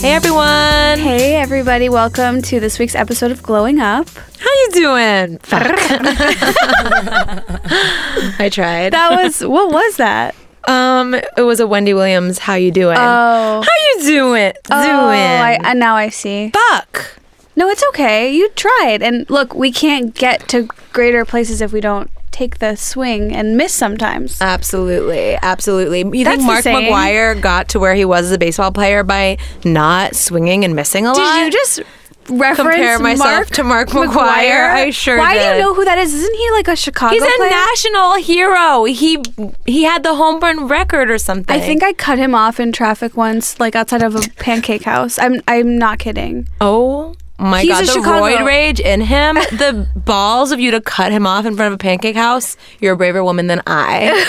Hey everyone. Hey, everybody, welcome to this week's episode of Glowing Up. How you doing? Fuck. I tried. That was, what was that? um it was a Wendy Williams how you doing? how Oh. you doing? Oh, I, doing. and now I see. Fuck. No, it's okay. You tried. And look, we can't get to greater places if we don't take the swing and miss sometimes. Uh, Absolutely. Absolutely. You That's think the Mark saying. McGuire got to where he was as a baseball player by not swinging and missing a lot? Did you just reference Compare myself Mark to Mark McGuire? McGuire? I sure Why do did. you know who that is? Isn't he like a Chicago He's a player? national hero. He he had the home run record or something. I think I cut him off in traffic once, like outside of a pancake house. I'm I'm not kidding. Oh my He's god, a the Chicago- roid rage in him, the balls of you to cut him off in front of a pancake house. You're a braver woman than I.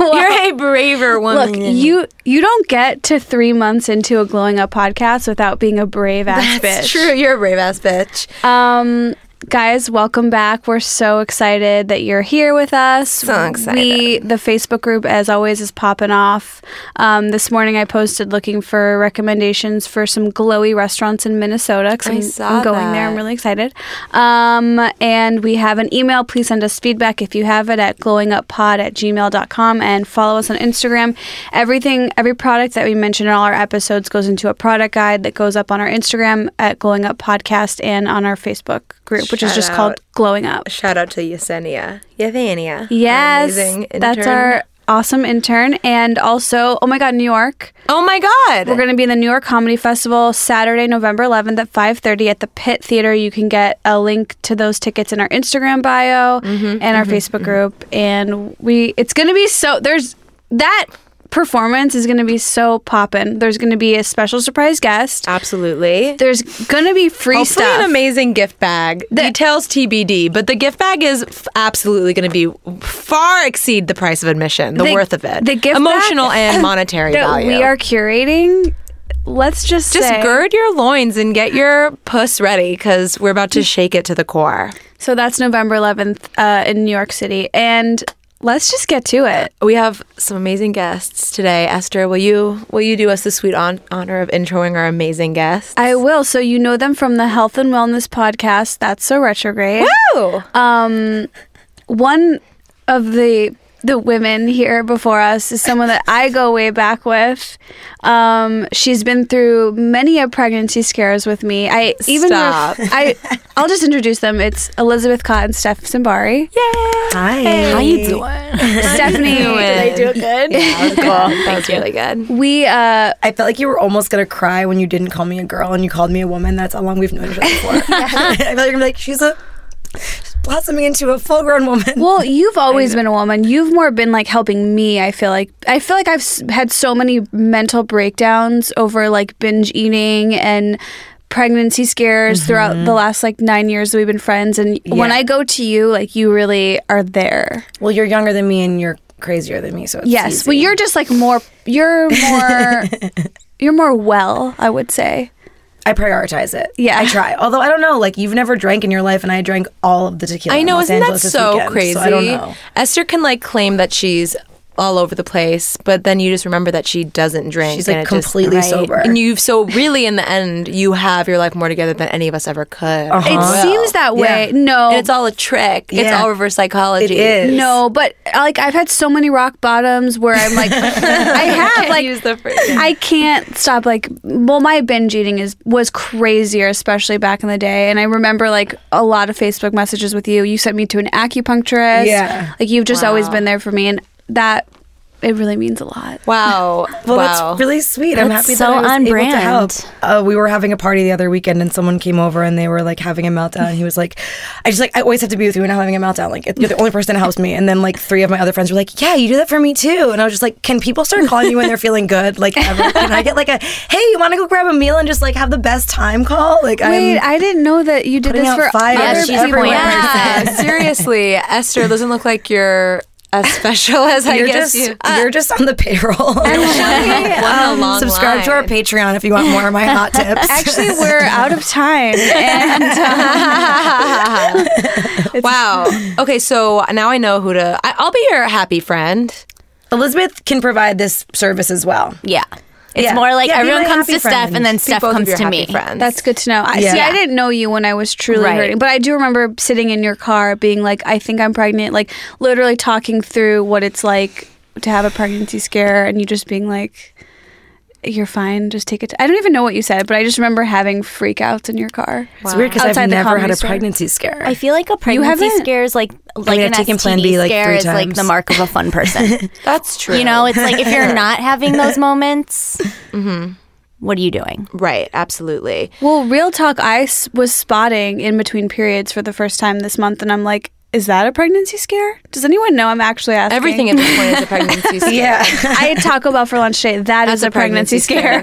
You're a braver woman. Look, than- you you don't get to three months into a glowing up podcast without being a brave ass That's bitch. true. You're a brave ass bitch. Um, guys, welcome back. We're so excited that you're here with us. So excited. We the Facebook group, as always, is popping off. Um, this morning, I posted looking for recommendations for some glowy restaurants in Minnesota. 'cause I I'm, saw I'm going there. that. I'm really excited. Um, and we have an email. Please send us feedback if you have it at glowinguppod at gmail.com and follow us on Instagram. Everything, every product that we mention in all our episodes goes into a product guide that goes up on our Instagram at Glowing Up Podcast and on our Facebook group, which is Shout just out. called Glowing Up. Shout out to Yesenia. Yevania. Yes. Amazing That's intern. our awesome intern. And also, oh my God, New York. Oh my god. We're going to be in the New York Comedy Festival Saturday, November 11th at 5:30 at the Pit Theater. You can get a link to those tickets in our Instagram bio Mm-hmm, and our Facebook group. And we, it's going to be so. There's that performance is going to be so poppin'. There's going to be a special surprise guest. Absolutely. There's going to be free Hopefully stuff. an amazing gift bag. Details TBD, but the gift bag is f- absolutely going to be far exceed the price of admission, the, The- worth of it, the gift bag emotional and monetary that value. we are curating. Let's just Just say- gird your loins and get your puss ready because we're about to shake it to the core. So that's November 11th uh, in New York City, and let's just get to it. We have some amazing guests today. Esther, will you will you do us the sweet on- honor of introing our amazing guests? I will. So you know them from the Health and Wellness podcast. That's so retrograde. Woo! One of the the women here before us is someone that I go way back with. Um, she's been through many a pregnancy scares with me. I even ref- Stop. I I'll just introduce them. It's Elizabeth Cott and Steph Simbari. Hi. How you doing? Stephanie, Did I do it good? That's really good. We uh, I felt like you were almost gonna cry when you didn't call me a girl and you called me a woman. That's how long we've known each other for. I felt like you're gonna be like, she's a she's blossoming into a full grown woman. Well, you've always been a woman. You've more been like helping me. I feel like I feel like I've s- had so many mental breakdowns over like binge eating and pregnancy scares throughout the last like nine years that we've been friends. And when Mm-hmm. Yeah. I go to you, like you really are there. Well, you're younger than me and you're crazier than me, so it's Yes. easy. Well, you're just like more. You're more. you're more well. I would say. I prioritize it. Yeah. I try. Although I don't know, like you've never drank in your life, and I drank all of the tequila. I in know, Los isn't Angeles that this so weekend, crazy? So I don't know. Esther can like claim that she's all over the place, but then you just remember that she doesn't drink. She's, like, and it just- completely sober. And you've so really in the end, you have your life more together than any of us ever could. Uh-huh. It Oh, well. seems that way. Yeah. No. And it's all a trick. It's Oh. Yeah. all reverse psychology. It is. no, but like I've had so many rock bottoms where I'm like, I have like Use the phrase. I can't stop like well my binge eating is was crazier especially back in the day and I remember like a lot of Facebook messages with you you sent me to an acupuncturist Yeah. like you've just always been there for me and that it really means a lot Wow. Well, wow. that's really sweet. I'm That's happy so that I was on able brand. to help. Uh, we were having a party the other weekend, and someone came over, and they were like having a meltdown. And he was like, "I just like I always have to be with you when I'm having a meltdown. Like you're the only person that helps me." And then like three of my other friends were like, "Yeah, you do that for me too." And I was just like, "Can people start calling you when they're feeling good? Like, ever? can I get like a hey, you want to go grab a meal and just like have the best time call? Like, wait I'm, I didn't know that you did putting this out for fires. other Yeah, she's people everywhere. yeah. seriously, Esther doesn't look like you're as special as I you're guess just you. you're just on the payroll. Um, What a long Subscribe to our line. Patreon if you want more of my hot tips. actually we're out of time and wow. Okay, so now I know who to. I, I'll be your happy friend. Elizabeth can provide this service as well. Yeah. It's Yeah. more like Yeah, be everyone my comes to happy Steph friend. and then Be Steph both of comes your to happy me. friends. That's good to know. I see. Yeah. I didn't know you when I was truly Right. hurting, but I do remember sitting in your car, being like, "I think I'm pregnant," like literally talking through what it's like to have a pregnancy scare, and you just being like, "You're fine. Just take it." I I don't even know what you said, but I just remember having freakouts in your car. It's weird because Outside I've the never had comedy a store. pregnancy scare. I feel like a pregnancy haven't- scare is like like I've an taken STD Plan B, like, scare three is like the times. mark of a fun person. That's true. you know, it's like if you're not having those moments, Mm-hmm. what are you doing? right? Absolutely. Well, real talk, I s- was spotting in between periods for the first time this month, and I'm like, "Is that a pregnancy scare?" Does anyone know? I'm actually asking. Everything at this point is a pregnancy scare. yeah. I had Taco Bell for lunch today. That is a a pregnancy, pregnancy scare.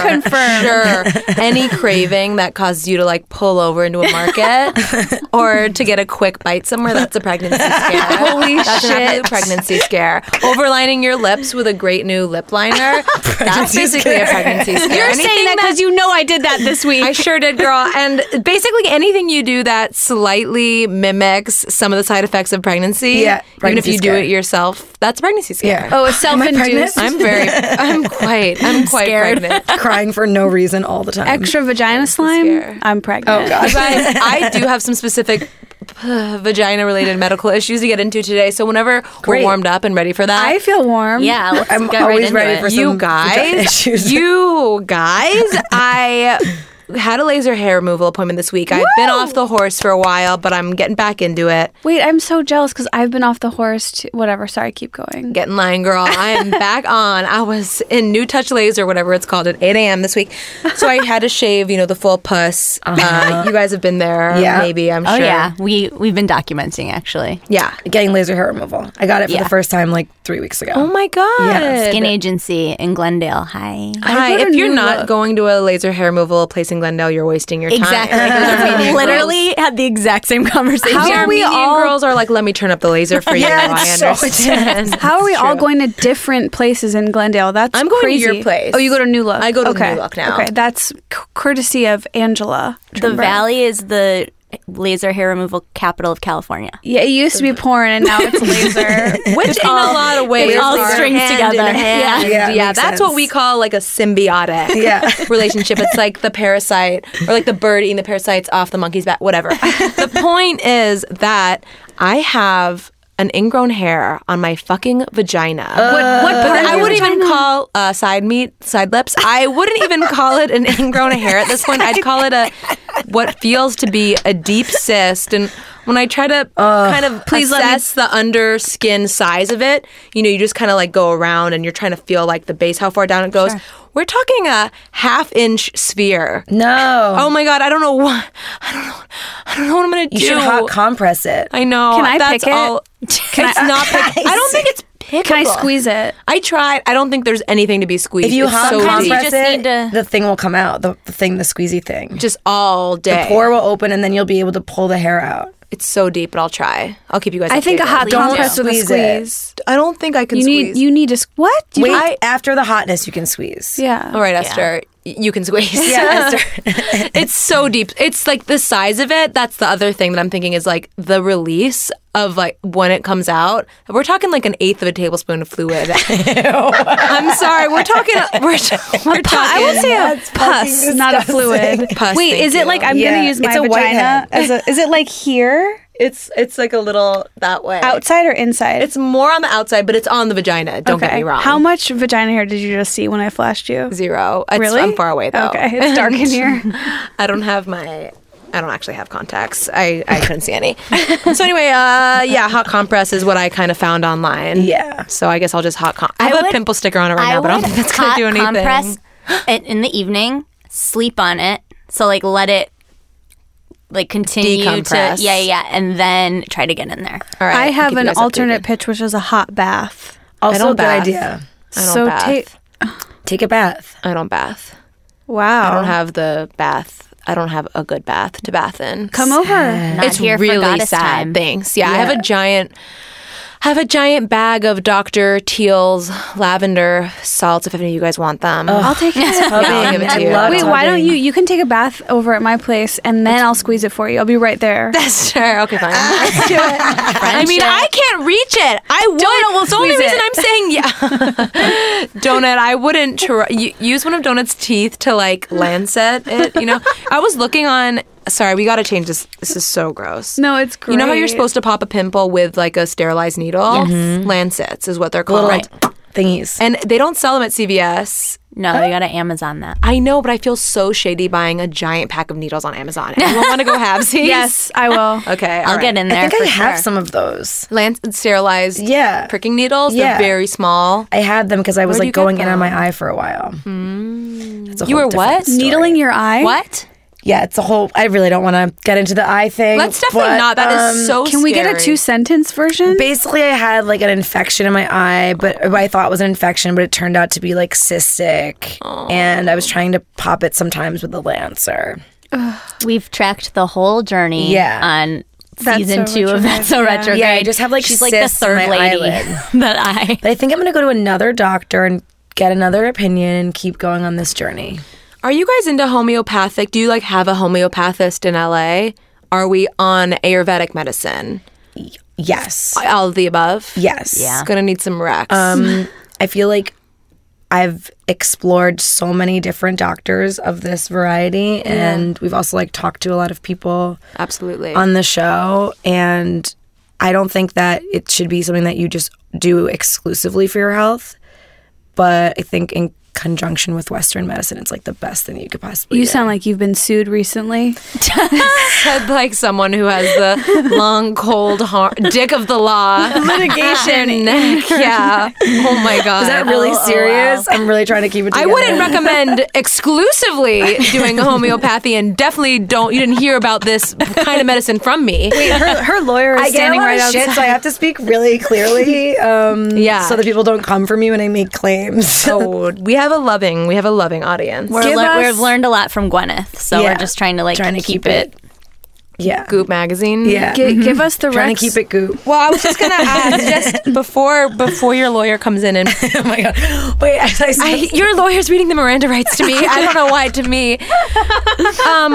Confirmed. Sure. Any craving that causes you to like pull over into a market or to get a quick bite somewhere, that's a pregnancy scare. Holy that's an shit. absolute pregnancy scare. Overlining your lips with a great new lip liner, that's basically a pregnancy scare. You're Anything saying that because you know I did that this week. I sure did, girl. And basically anything you do that slightly mimics some of the side effects of pregnancy, even Yeah, if pregnancy you scare. do it yourself, that's a pregnancy scare. Yeah. oh, a self-induced. pregnant? I'm very, I'm quite, I'm quite Scared. pregnant. Crying for no reason all the time. extra vagina slime. scare. I'm pregnant. Um, Oh, God. You guys, I do have some specific vagina related medical issues to get into today. So whenever we're Great. warmed up and ready for that. I feel warm. yeah, let's I'm get right always into ready it. for some you vagina guys, issues. you guys, I had a laser hair removal appointment this week. I've been off the horse for a while, but I'm getting back into it. Wait, I'm so jealous because I've been off the horse. To, whatever. Sorry, keep going. Get in line, girl. I am back on. I was in New Touch Laser, whatever it's called, at 8 a.m. this week. So I had to shave, you know, the full puss. uh you guys have been there, Uh-huh. Yeah. maybe, I'm Oh sure. yeah, we we've been documenting actually. Yeah. Getting laser hair removal. I got it for Yeah. the first time like three weeks ago. Oh my God. Yeah. Skin agency in Glendale. Hi. Hi, got a if you're new not look. going to a laser hair removal place in Glendale, you're wasting your time. Exactly. we literally had the exact same conversation. How are we all girls are like, let me turn up the laser for you. Yeah, I it's so understand. How are we all going to different places in Glendale? That's I'm going to crazy. your place. Oh, you go to New Look. I go to okay. New Look now. Okay, that's c- courtesy of Angela. The Trimbrand. Valley is the laser hair removal capital of California. Yeah, it used to be porn, and now it's laser. Which in a lot of ways all are strings hand together. in hand. Yeah, Yeah. Yeah, it makes that's what sense. we call like a symbiotic Yeah. relationship. It's like the parasite or like the bird eating the parasites off the monkey's back, whatever. the point is that I have an ingrown hair on my fucking vagina. what But part? I of your wouldn't even vagina? call uh, side meat, side lips. I wouldn't even call it an ingrown hair at this point. I'd call it a what feels to be a deep cyst. And when I try to kind of please let me- assess the under skin size of it, you know, you just kind of like go around and you're trying to feel like the base, how far down it goes. We're talking a half inch sphere. Mm. No. Oh my god, I don't know what I don't know. I don't know what I'm gonna you do. should hot compress it. I know. Can I that's pick it? all. Can it's I, not. Pick- I don't think it's. Pickable. Can I squeeze it? I tried. I don't think there's anything to be squeezed. if you it's hot so Sometimes you deep. compress just it, need to- the thing will come out. The, the thing, the squeezy thing. just all day. The pore will open and then you'll be able to pull the hair out. it's so deep, but I'll try. I'll keep you guys. I think a updated. hot Don't compress with a squeeze it. squeeze. I don't think I can You need. squeeze. You need to. s- What? You Wait, don't- after the hotness, you can squeeze. Yeah. all right, Esther. y- You can squeeze. Yeah, Esther. it's so deep. It's like the size of it. That's the other thing that I'm thinking is like the release of like when it comes out. We're talking like an eighth of a tablespoon of fluid. I'm sorry. We're talking. We're, we're talking. I would say a pus. pus, not a fluid. Pus, Wait, thank is you. it like I'm gonna Yeah, use my it's a white vagina head. as a? Is it like here, It's it's like a little that way. outside or inside? It's more on the outside, but it's on the vagina. Don't get me wrong. How much vagina hair did you just see when I flashed you? Zero. It's, Really? I'm far away though. Okay, it's dark in here. I don't have my. I don't actually have contacts. I, I couldn't see any. so anyway, uh, yeah, hot compress is what I kind of found online. Yeah. So I guess I'll just hot comp. I have I a would- pimple sticker on it right I now, but I don't would think that's gonna hot do anything. Compress it in the evening, sleep on it. So like let it like continue Decompress. to yeah yeah, and then try to get in there. All right. I I'll have keep you an guys alternate updated. pitch, which is a hot bath. I Also, don't a good bath. idea. I don't so bath. ta- Take a bath. I don't bath. wow. I don't have the bath. I don't have a good bath to bath in. Come over. Not it's here for really goddess sad. time. Thanks. Yeah, I have a giant. I have a giant bag of Dr. Teal's lavender salts if any of you guys want them. I'll take it. Yeah, I'll give it to you. love Wait, Tubbing. why don't you? You can take a bath over at my place, and then I'll squeeze it for you. I'll be right there. Sure. Okay, fine. Let's do it. I mean, I can't reach it. I would. Don't, we'll the only squeeze reason it. I'm saying yeah. Donut, I wouldn't try, u- use one of Donut's teeth to like lancet it. You know, I was looking on. Sorry, we got to change this. This is so gross. No, it's You know how you're great. supposed to pop a pimple with like a sterilized needle? Lancets is what they're called. Little thingies. And they don't sell them at CVS. No, they gotta Amazon that. I know, but I feel so shady buying a giant pack of needles on Amazon. Anyone want to go halvesies? Yes, I will. Okay. I'll get in there. I think for I have sure. some of those. Lance sterilized Yeah. pricking needles. Yeah. They're very small. I had them because I was Where'd you like get going in on them? Hmm. my eye for a while. That's a You whole were what? different story. Needling your eye? What? Yeah, it's a whole. I really don't want to get into the eye thing. That's definitely but, not. That is um, so Can we get a scary. two sentence version? Basically, I had like an infection in my eye, but what I thought was an infection, but it turned out to be like cystic. And I was trying to pop it sometimes with a lancer. We've tracked the whole journey. Yeah. On That's season So two of Retrograde, That's So yeah. Retrograde. Yeah, I just have, like, she's like the cysts in third my lady eyelid. that I. But I think I'm going to go to another doctor and get another opinion and keep going on this journey. Are you guys into homeopathic? Do you like have a homeopathist in LA? Are we on Ayurvedic medicine? Yes. All of the above. Yes. It's gonna need some recs. Um, I feel like I've explored so many different doctors of this variety, and we've also like talked to a lot of people Absolutely. on the show. And I don't think that it should be something that you just do exclusively for your health, but I think in conjunction with Western medicine, it's like the best thing that you could possibly. You do. sound like you've been sued recently. Said like someone who has the long, cold har- dick of the law. Litigation. neck. Yeah. Oh my god. Is that really serious? I'm really trying to keep it. I Together. wouldn't recommend exclusively doing homeopathy, and definitely don't. You didn't hear about this kind of medicine from me. her, her lawyer is standing right Shit, so I have to speak really clearly. Um, Yeah. So that people don't come for me when I make claims. Oh, we have a loving, we have a loving audience. We're Give lear- us- we've learned a lot from Gwyneth, so Yeah. we're just trying to like Trying to keep it. Yeah. Goop magazine. Yeah. Mm-hmm. Gi- Mm-hmm. Give us the Trying Rex. to keep it goop. Well, I was just gonna ask, just before before your lawyer comes in and oh my god. Wait, I, I, I, your lawyer's reading the Miranda rights to me. I don't know why to me. Um,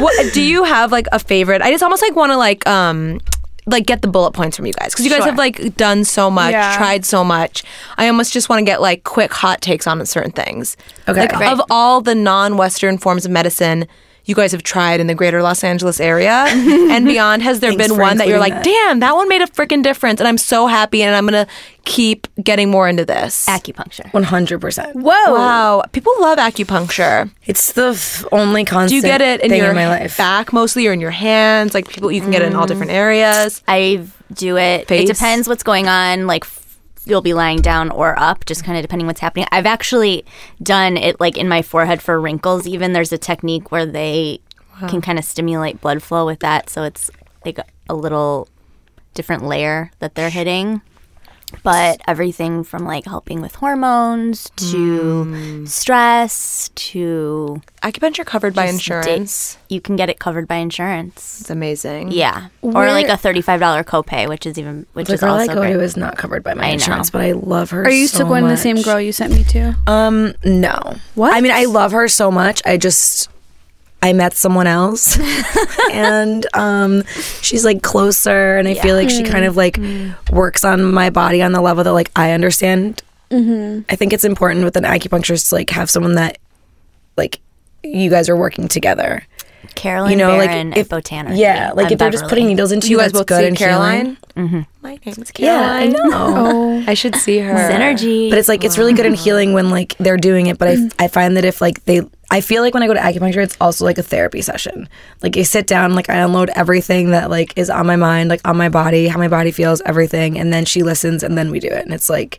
what, do you have like a favorite? I just almost like want to like um like get the bullet points from you guys because you guys have like done so much, Yeah. tried so much. I almost just want to get like quick hot takes on certain things. Okay. like of all the non-Western forms of medicine. You guys have tried in the greater Los Angeles area and beyond. Has there Thanks been for one that you're like, including damn, that one made a freaking difference? And I'm so happy and I'm going to keep getting more into this. acupuncture. 100%. Whoa. Wow, people love acupuncture. It's the f- only constant Do you get it in thing your in my life. back mostly or in your hands? Like people, you can get it in all different areas. I do it. Face. It depends what's going on. Like f- you'll be lying down or up, just kind of depending what's happening. I've actually done it like in my forehead for wrinkles. Even there's a technique where they can kind of stimulate blood flow with that, so it's like a little different layer that they're hitting. But everything from like helping with hormones to Mm. stress to Acupuncture covered by insurance. Mm-hmm. dates. You can get it covered by insurance. It's amazing. Yeah, or Where- like a thirty-five dollar copay, which is even which The is oh, girl I also go great. to is not covered by my know. insurance, but I love her. Are you so still going to the same much. girl you sent me to? Um, no. What? I mean, I love her so much. I just I met someone else, and um, she's like closer, and I feel like she kind of like Mm-hmm. works on my body on the level that like I understand. Mm-hmm. I think it's important with an acupuncturist to like have someone that like you guys are working together. Carolyn you know, Barron like if at Botaner. yeah, like if they're just putting needles into you guys that's both good see and Caroline. Caroline. Mm-hmm. My name's Yeah, I Caroline. know. Oh. I should see her. synergy, But it's like it's really good and healing when like they're doing it. But I, I find that if like they, I feel like when I go to acupuncture, it's also like a therapy session. Like I sit down, like I unload everything that like is on my mind, like on my body, how my body feels, everything, and then she listens, and then we do it. And it's like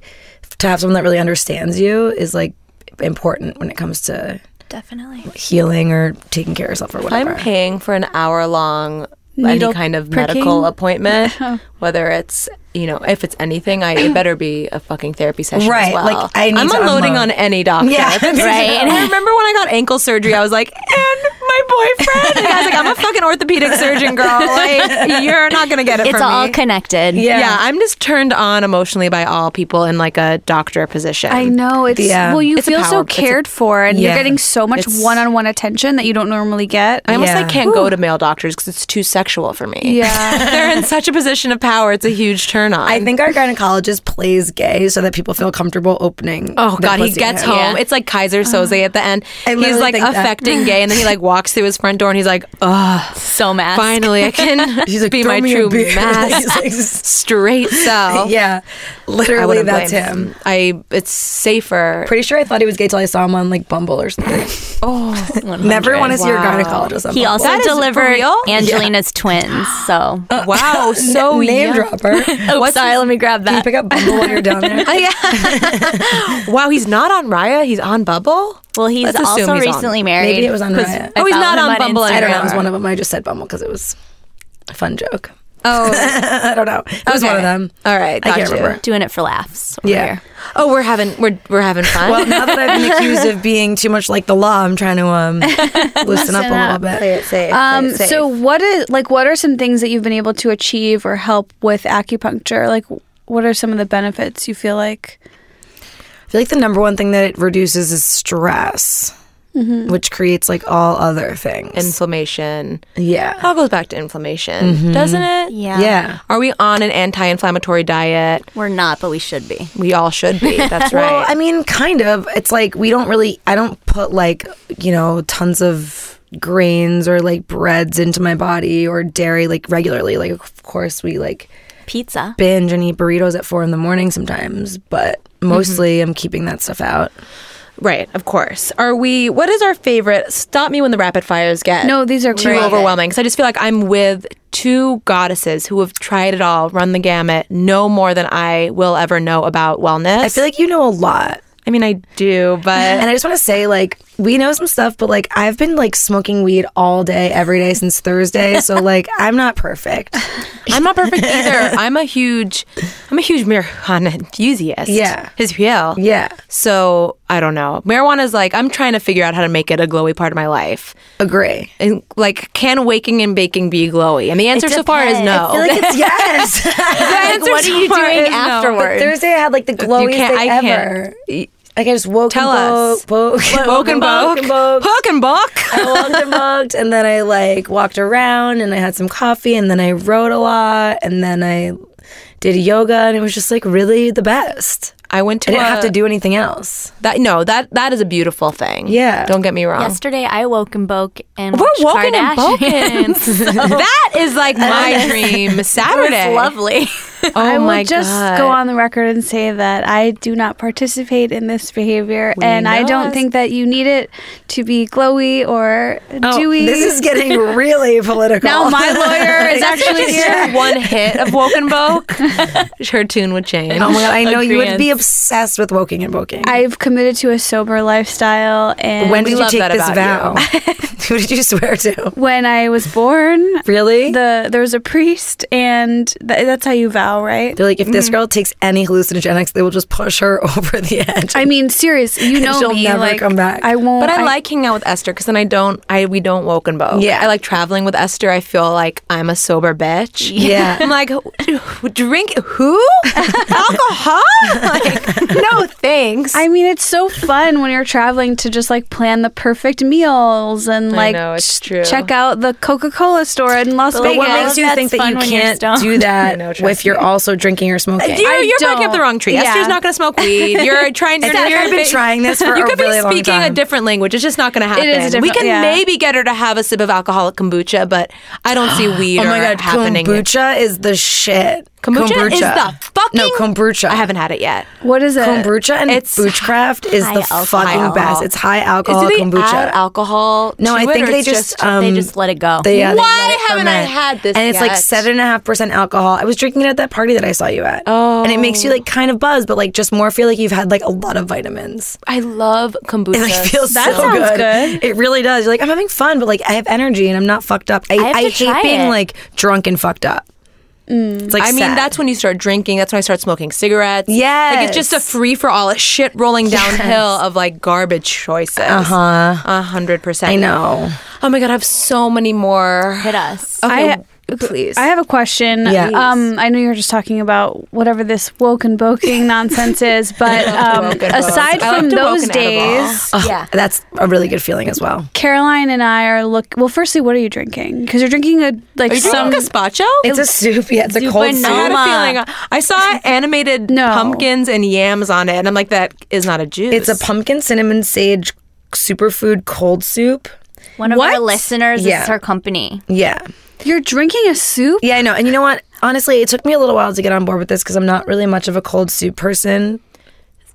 to have someone that really understands you is like important when it comes to definitely. healing or taking care of yourself or whatever. I'm paying for an hour long Needle any kind of pricking? medical appointment, Uh-huh. whether it's you know if it's anything, I it better be a fucking therapy session. as Right, well. like, I need I'm to unloading unload. on any doctor. Yeah. right. And I remember when I got ankle surgery, I was like, and my boyfriend? And I was like, I'm a fucking orthopedic surgeon, girl. Like, you're not gonna get it. It's from all me. connected. yeah. I'm just turned on emotionally by all people in like a doctor position. I know it's Yeah. well. You It's a feel power- so it's a- cared for, and Yeah. you're getting so much It's- one-on-one attention that you don't normally get. I almost Yeah. like can't go to male doctors because it's too sexual for me. Yeah. they're in such a position of power. It's a huge turn on. I think our gynecologist plays gay so that people feel comfortable opening. Oh their God, he pussy gets to him. home. It's like Kaiser Soze at the end. I He's literally like think that. affecting gay, and then he like walks through his front door, and he's like, "Ugh, So mad. finally I can She's like, be "Throw my me a true beer." mask, He's straight self." like, yeah, I literally wouldn't that's blame him. I. It's safer. Pretty sure I thought he was gay till I saw him on like Bumble or something. oh, Never want to see your Wow. gynecologist. On He Bumble. also That is for delivered real? Angelina's twins. So wow, so name young. dropper. Can Oops, What's sorry, his- let me grab you that. pick up Bumble while you're down there? Oh, yeah. wow, he's not on Raya. He's on Bubble. Well, he's Let's assume also he's on. recently married. Maybe it was on 'cause Raya. I Oh, he's follow not him on Bumble Instagram. anymore. I don't know. It was one of them. I just said Bumble because it was a fun joke. Oh, I don't know. It was one of them. All right, I got can't you. remember. Doing it for laughs. over Yeah. here. oh, we're having we're we're having fun. Well, now that I've been accused of being too much like the law, I'm trying to um, loosen up a little up. bit. it safe. Um, so what is like what are some things that you've been able to achieve or help with acupuncture? Like what are some of the benefits you feel like? I feel like the number one thing that it reduces is stress, which creates like all other things. inflammation. It yeah. all goes back to inflammation, doesn't it? Yeah. Yeah. Are we on an anti-inflammatory diet? We're not, but we should be. We all should be. That's right. Well, I mean, kind of. It's like we don't really, I don't put like, you know, tons of grains or like breads into my body or dairy like regularly. Like, of course, we like Pizza. binge and eat burritos at four in the morning sometimes, but mostly I'm keeping that stuff out. right, of course. Are we? What is our favorite? Stop me when the rapid fires get No, these are too great. overwhelming. Because I just feel like I'm with two goddesses who have tried it all, run the gamut, know more than I will ever know about wellness. I feel like you know a lot. I mean, I do, but And I just want to say, like, we know some stuff, but like, I've been like smoking weed all day, every day since Thursday. So like, I'm not perfect. I'm not perfect either. I'm a huge, I'm a huge marijuana enthusiast. Yeah. his real. Yeah, So I don't know. Marijuana is like I'm trying to figure out how to make it a glowy part of my life. agree. And like, can waking and baking be glowy? And the answer so far is no. I feel like it's yes. Like, what are you doing afterward? Thursday I had like the glowiest can't- day I can't. ever. Like I just woke Tell and us. woke, woke, Woke and boke, and woke. hook and book. I walked and walked, and then I like walked around, and I had some coffee, and then I wrote a lot, and then I did yoga, and it was just like really the best. I went to. I didn't a- have to do anything else. that. No, that that is a beautiful thing. Yeah. don't get me wrong. Yesterday, I woke and boke and Oh. We're watched woken and Kardashians. boken. that is like my dream Saturday. It's lovely. Oh I will my just god. go on the record and say that I do not participate in this behavior and I know don't us. think that you need it to be glowy or Oh, dewy. This is getting really political. now my lawyer is actually here. one hit of Woken Boke, her tune would change. Oh my god, I know you would be obsessed with woking and woking. I've committed to a sober lifestyle and when did you love take that this vow? about Who did you swear to? when I was born, Really? the there was a priest and th- that's how you vow right They're like, if this girl takes any hallucinogenics, they will just push her over the edge. i mean serious you know She'll me never like come back. i won't But I, like hanging out with Esther because then I don't, I we don't woken boke. Yeah. I like traveling with Esther. I feel like I'm a sober bitch. Yeah. I'm like, "Wh- drink who? Alcohol? Like, no thanks. I mean, it's so fun when you're traveling to just like plan the perfect meals and like know, it's ch- true. check out the Coca Cola store in Las But Vegas. what Yeah, makes you that's think that fun you when you're can't stoned. do that know, trust if you're me. also drinking or smoking? you, I you're barking up don't. the wrong tree. Yeah. Esther's not going to smoke weed. You're trying. You're, Exactly. you're I've been trying this for You a could really be long speaking a time. different language. It's just not going to happen. is we different- can yeah. maybe get her to have a sip of alcoholic kombucha, but I don't see weed. Oh my or god, happening. kombucha is the shit. Kombucha, is the fucking no kombucha. I haven't had it yet. what is it? kombucha and It's boochcraft is high the alcohol. fucking best. It's high alcohol do they Oh, kombucha. add alcohol? No, to I it, think or they it's just, just um, they just let it go. They, yeah, they Why let it haven't I ferment. had this And it's like yet? seven and a half percent alcohol. I was drinking it at that party that I saw you at. Oh. and it makes you like kind of buzz, but like just more feel like you've had like a lot of vitamins. I love kombucha. It like feels That so sounds good. good. It really does. You're like I'm having fun, but like I have energy and I'm not fucked up. I, have to hate try being it. like drunk and fucked up. It's like I mean, sad. that's when you start drinking. That's when I start smoking cigarettes. Yes. like it's just a free for all. It's shit rolling downhill of like garbage choices. Uh huh. A hundred percent. Uh-huh. I know. Oh my god, I have so many more. Hit us. Okay, I- please. I have a question. Yeah. Um, I know you were just talking about whatever this woke and boking nonsense is, but um, woke and boke. aside I like from the woke those and edible. days, Oh, Yeah. That's a really good feeling as well. Caroline and I are look. Well, firstly, what are you drinking? Because you're drinking a like Are you some. drinking gazpacho? It's a soup. Yeah, it's a cold I soup. had Noma. a feeling. I saw animated No. pumpkins and yams on it, and I'm like, that is not a juice. It's a pumpkin cinnamon sage superfood cold soup. One of our What? listeners Yeah. is her company. Yeah. You're drinking a soup. Yeah, I know. And you know what? Honestly, it took me a little while to get on board with this because I'm not really much of a cold soup person.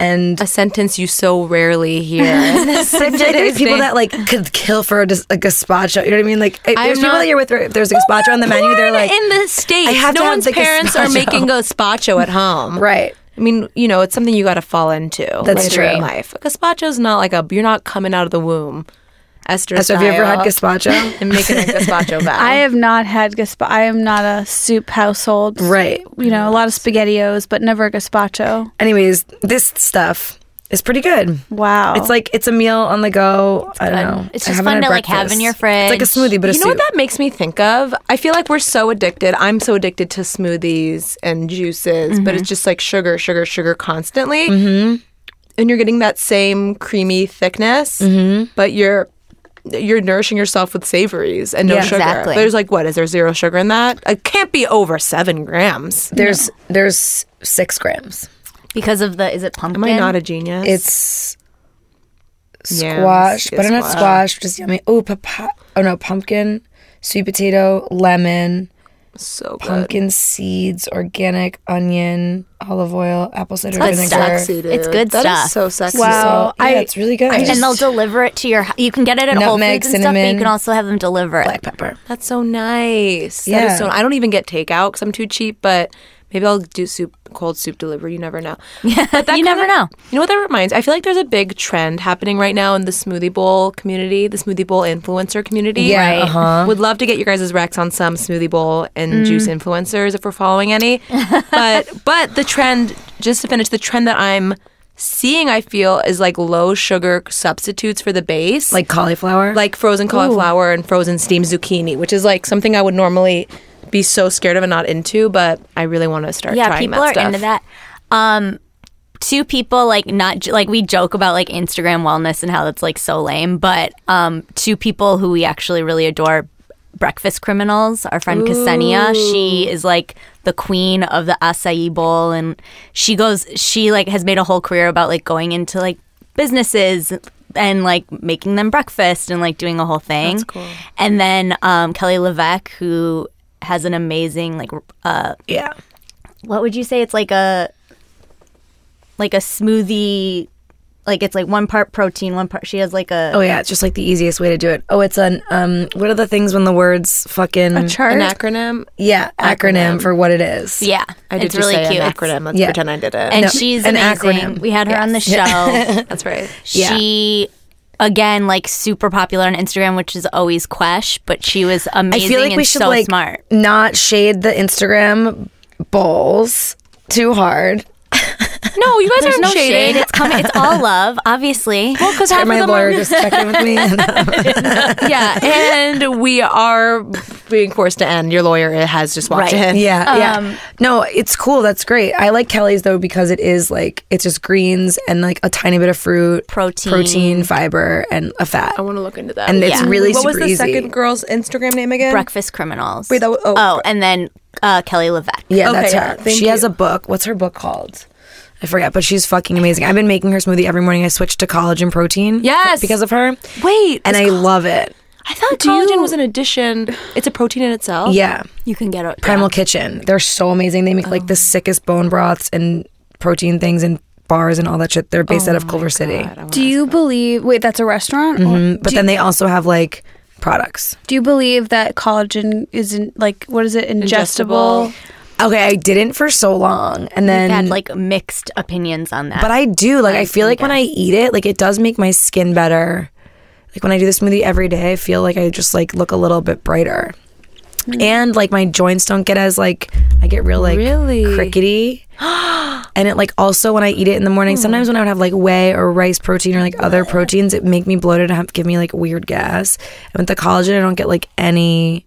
And a sentence you so rarely hear. I feel like there's people that like could kill for a, dis- a gazpacho. You know what I mean? Like I- there's people not- that you're with. where if There's a gazpacho on the menu. They're like, in the states, I have no to have one's the parents are gazpacho. making gazpacho at home, right. I mean, you know, it's something you got to fall into. That's later in true. life. Gazpacho's not like a you're not coming out of the womb, Esther. So have you ever had style, gazpacho? And making a gazpacho vow. I have not had gazpacho. I am not a soup household. right. You know, a lot of spaghettios, but never a gazpacho. Anyways, this stuff is pretty good. Wow. It's like it's a meal on the go. I don't know. Oh. It's I just haven't fun had to, like, have breakfast. in your It's like a fridge. smoothie, but a you know what soup. that makes me think of? I feel like we're so addicted. I'm so addicted to smoothies and juices, but it's just like sugar, sugar, sugar constantly. Mm-hmm. And you're getting that same creamy thickness, but you're you're nourishing yourself with savories and no Yeah. sugar. Exactly. There's like what is there zero sugar in that? It can't be over seven grams. there's there's six grams. Because of the, is it pumpkin? Am I not a genius? It's Yams, squash, yeah, butternut squash. squash, just yummy. Oh, papa. Oh no, pumpkin, sweet potato, lemon, so good. pumpkin seeds, organic onion, olive oil, apple cider That's vinegar. sexy. It's good That is stuff. so sexy. Wow. So, yeah, I- it's really good. and they'll deliver it to your. You can get it at Whole Nutmeg, Foods and stuff, but you cinnamon. can also have them deliver it. black pepper. That's so nice. That Yeah. is so. I don't even get takeout because I'm too cheap, but maybe I'll do soup, cold soup delivery. You never know. Yeah, but you kinda- never know. You know what that reminds? I feel like there's a big trend happening right now in the smoothie bowl community, the smoothie bowl influencer community. Yeah, Right. uh-huh. Would love to get you guys' recs on some smoothie bowl and juice influencers if we're following any. but but the trend, just to finish, the trend that I'm seeing, I feel, is like low sugar substitutes for the base Like cauliflower. like frozen cauliflower and frozen steamed zucchini, which is like something I would normally be so scared of and not into, but I really want to start yeah, trying people that are stuff. into that. Um, two people like not j- like we joke about like Instagram wellness and how that's like so lame, but um, two people who we actually really adore. Breakfast criminals. Our friend Ksenia, she is like the queen of the acai bowl, and she goes. She like has made a whole career about like going into like businesses and like making them breakfast and like doing a whole thing. That's cool. And then um, Kelly Levesque, who has an amazing like r- uh, yeah. what would you say it's like a like a smoothie like it's like one part protein one part she has like a Oh yeah, it's just like the easiest way to do it. Oh, it's an um. What are the things when the words fucking a chart. An acronym? yeah acronym, for what it is? yeah I did it's just really say cute an It's- acronym. Let's yeah. pretend I did it. and No, she's an amazing. acronym. we had her on the show That's right. she again like super popular on instagram which is always quesh but she was amazing I feel like and we should so like smart not shade the Instagram bowls too hard. No, you guys there's aren't no shade shading. it's coming it's all love obviously Because half of My them lawyer are, just checking with me. yeah, and we are being forced to end. Your lawyer has just walked Right. in. yeah, Um, yeah. No, it's cool. That's great. I like Kelly's though because it is like it's just greens and like a tiny bit of fruit, Protein. protein, fiber, and a fat. I want to look into that. And it's Yeah. really what was super the easy. second girl's Instagram name again? breakfast criminals Wait, that was- oh. and then uh, kelly levesque Yeah, Okay, that's yeah, her. thank she has you. a book. What's her book called? I forget, but she's fucking amazing. I've been making her smoothie every morning. I switched to collagen protein. Yes. Because of her. Wait, And is I col- love it. I thought Do collagen you- was an addition. It's a protein in itself. Yeah. you can get it Primal Kitchen. They're so amazing. They make like Oh. the sickest bone broths and protein things and bars and all that shit. They're based Oh out of Culver City. Do you believe? Wait, that's a restaurant. Or- Mm, But then they also have like products. Do you believe that collagen isn't like what is it ingestible? Ingestible. Okay, I didn't for so long. And We've then had like mixed opinions on that But I do like. I feel like when I eat it, like it does make my skin better. Like when I do the smoothie every day, I feel like I just like look a little bit brighter. and like my joints don't get as like I get real like Really? crickety. and it like also when I eat it in the morning, sometimes when I would have like whey or rice protein or like other proteins, it make me bloated and have, give me like weird gas. And with the collagen, I don't get like any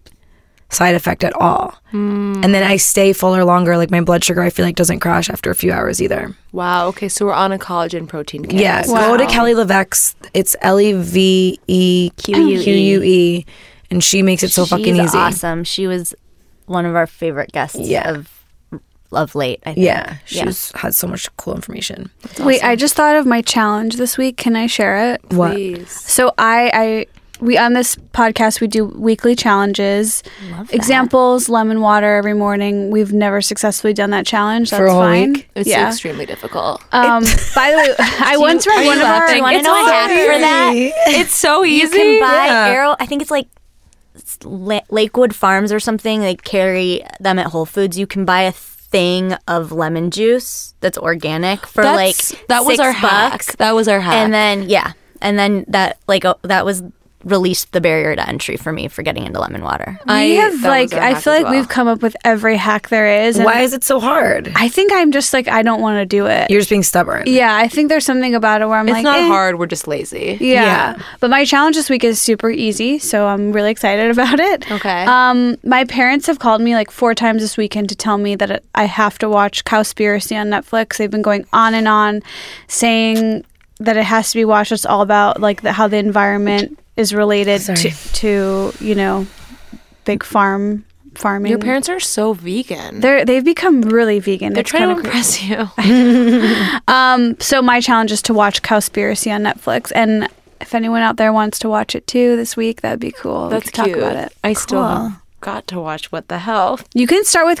side effect at all. And then I stay fuller longer. Like my blood sugar, I feel like doesn't crash after a few hours either. Wow. Okay, so we're on a collagen protein kick. Yeah, go to Kelly Levesque's. It's L E V E Q U E, and she makes it so fucking She's easy. awesome. She was one of our favorite guests Yeah. of of late. I think. Yeah, she's has so much cool information. Wait, I just thought of my challenge this week. Can I share it? What? Please. So I, I, we on this podcast we do weekly challenges. Examples: lemon water every morning. We've never successfully done that challenge. That's For a whole fine. week? It's yeah. extremely difficult. Um, by the way, I once read one of our. Do you want to know a hack for that? it's so easy. You can buy arrow. I think it's like it's La- Lakewood Farms or something. They carry them at Whole Foods. You can buy a thing of lemon juice that's organic for That's- like that was six our bucks. hack. That was our hack. And then yeah, and then that like oh, that was released the barrier to entry for me for getting into lemon water. I we have that was like our I hack feel as like well. we've come up with every hack there is. and Why is it so hard? I think I'm just like I don't want to do it. You're just being stubborn. yeah, I think there's something about it where I'm It's like not eh. hard. We're just lazy. Yeah. Yeah. But my challenge this week is super easy, so I'm really excited about it. Okay. Um, my parents have called me like four times this weekend to tell me that I have to watch Cowspiracy on Netflix. They've been going on and on saying that it has to be watched. It's all about like the, how the environment is related to, to, you know, big farm farming. Your parents are so vegan. They're, they've become really vegan. They're It's trying to kinda creepy. impress you. Um, so my challenge is to watch Cowspiracy on Netflix, and if anyone out there wants to watch it too this week, that'd be cool. we That's could talk cute. about it. I still haven't got to watch What the Hell. Okay, You can start with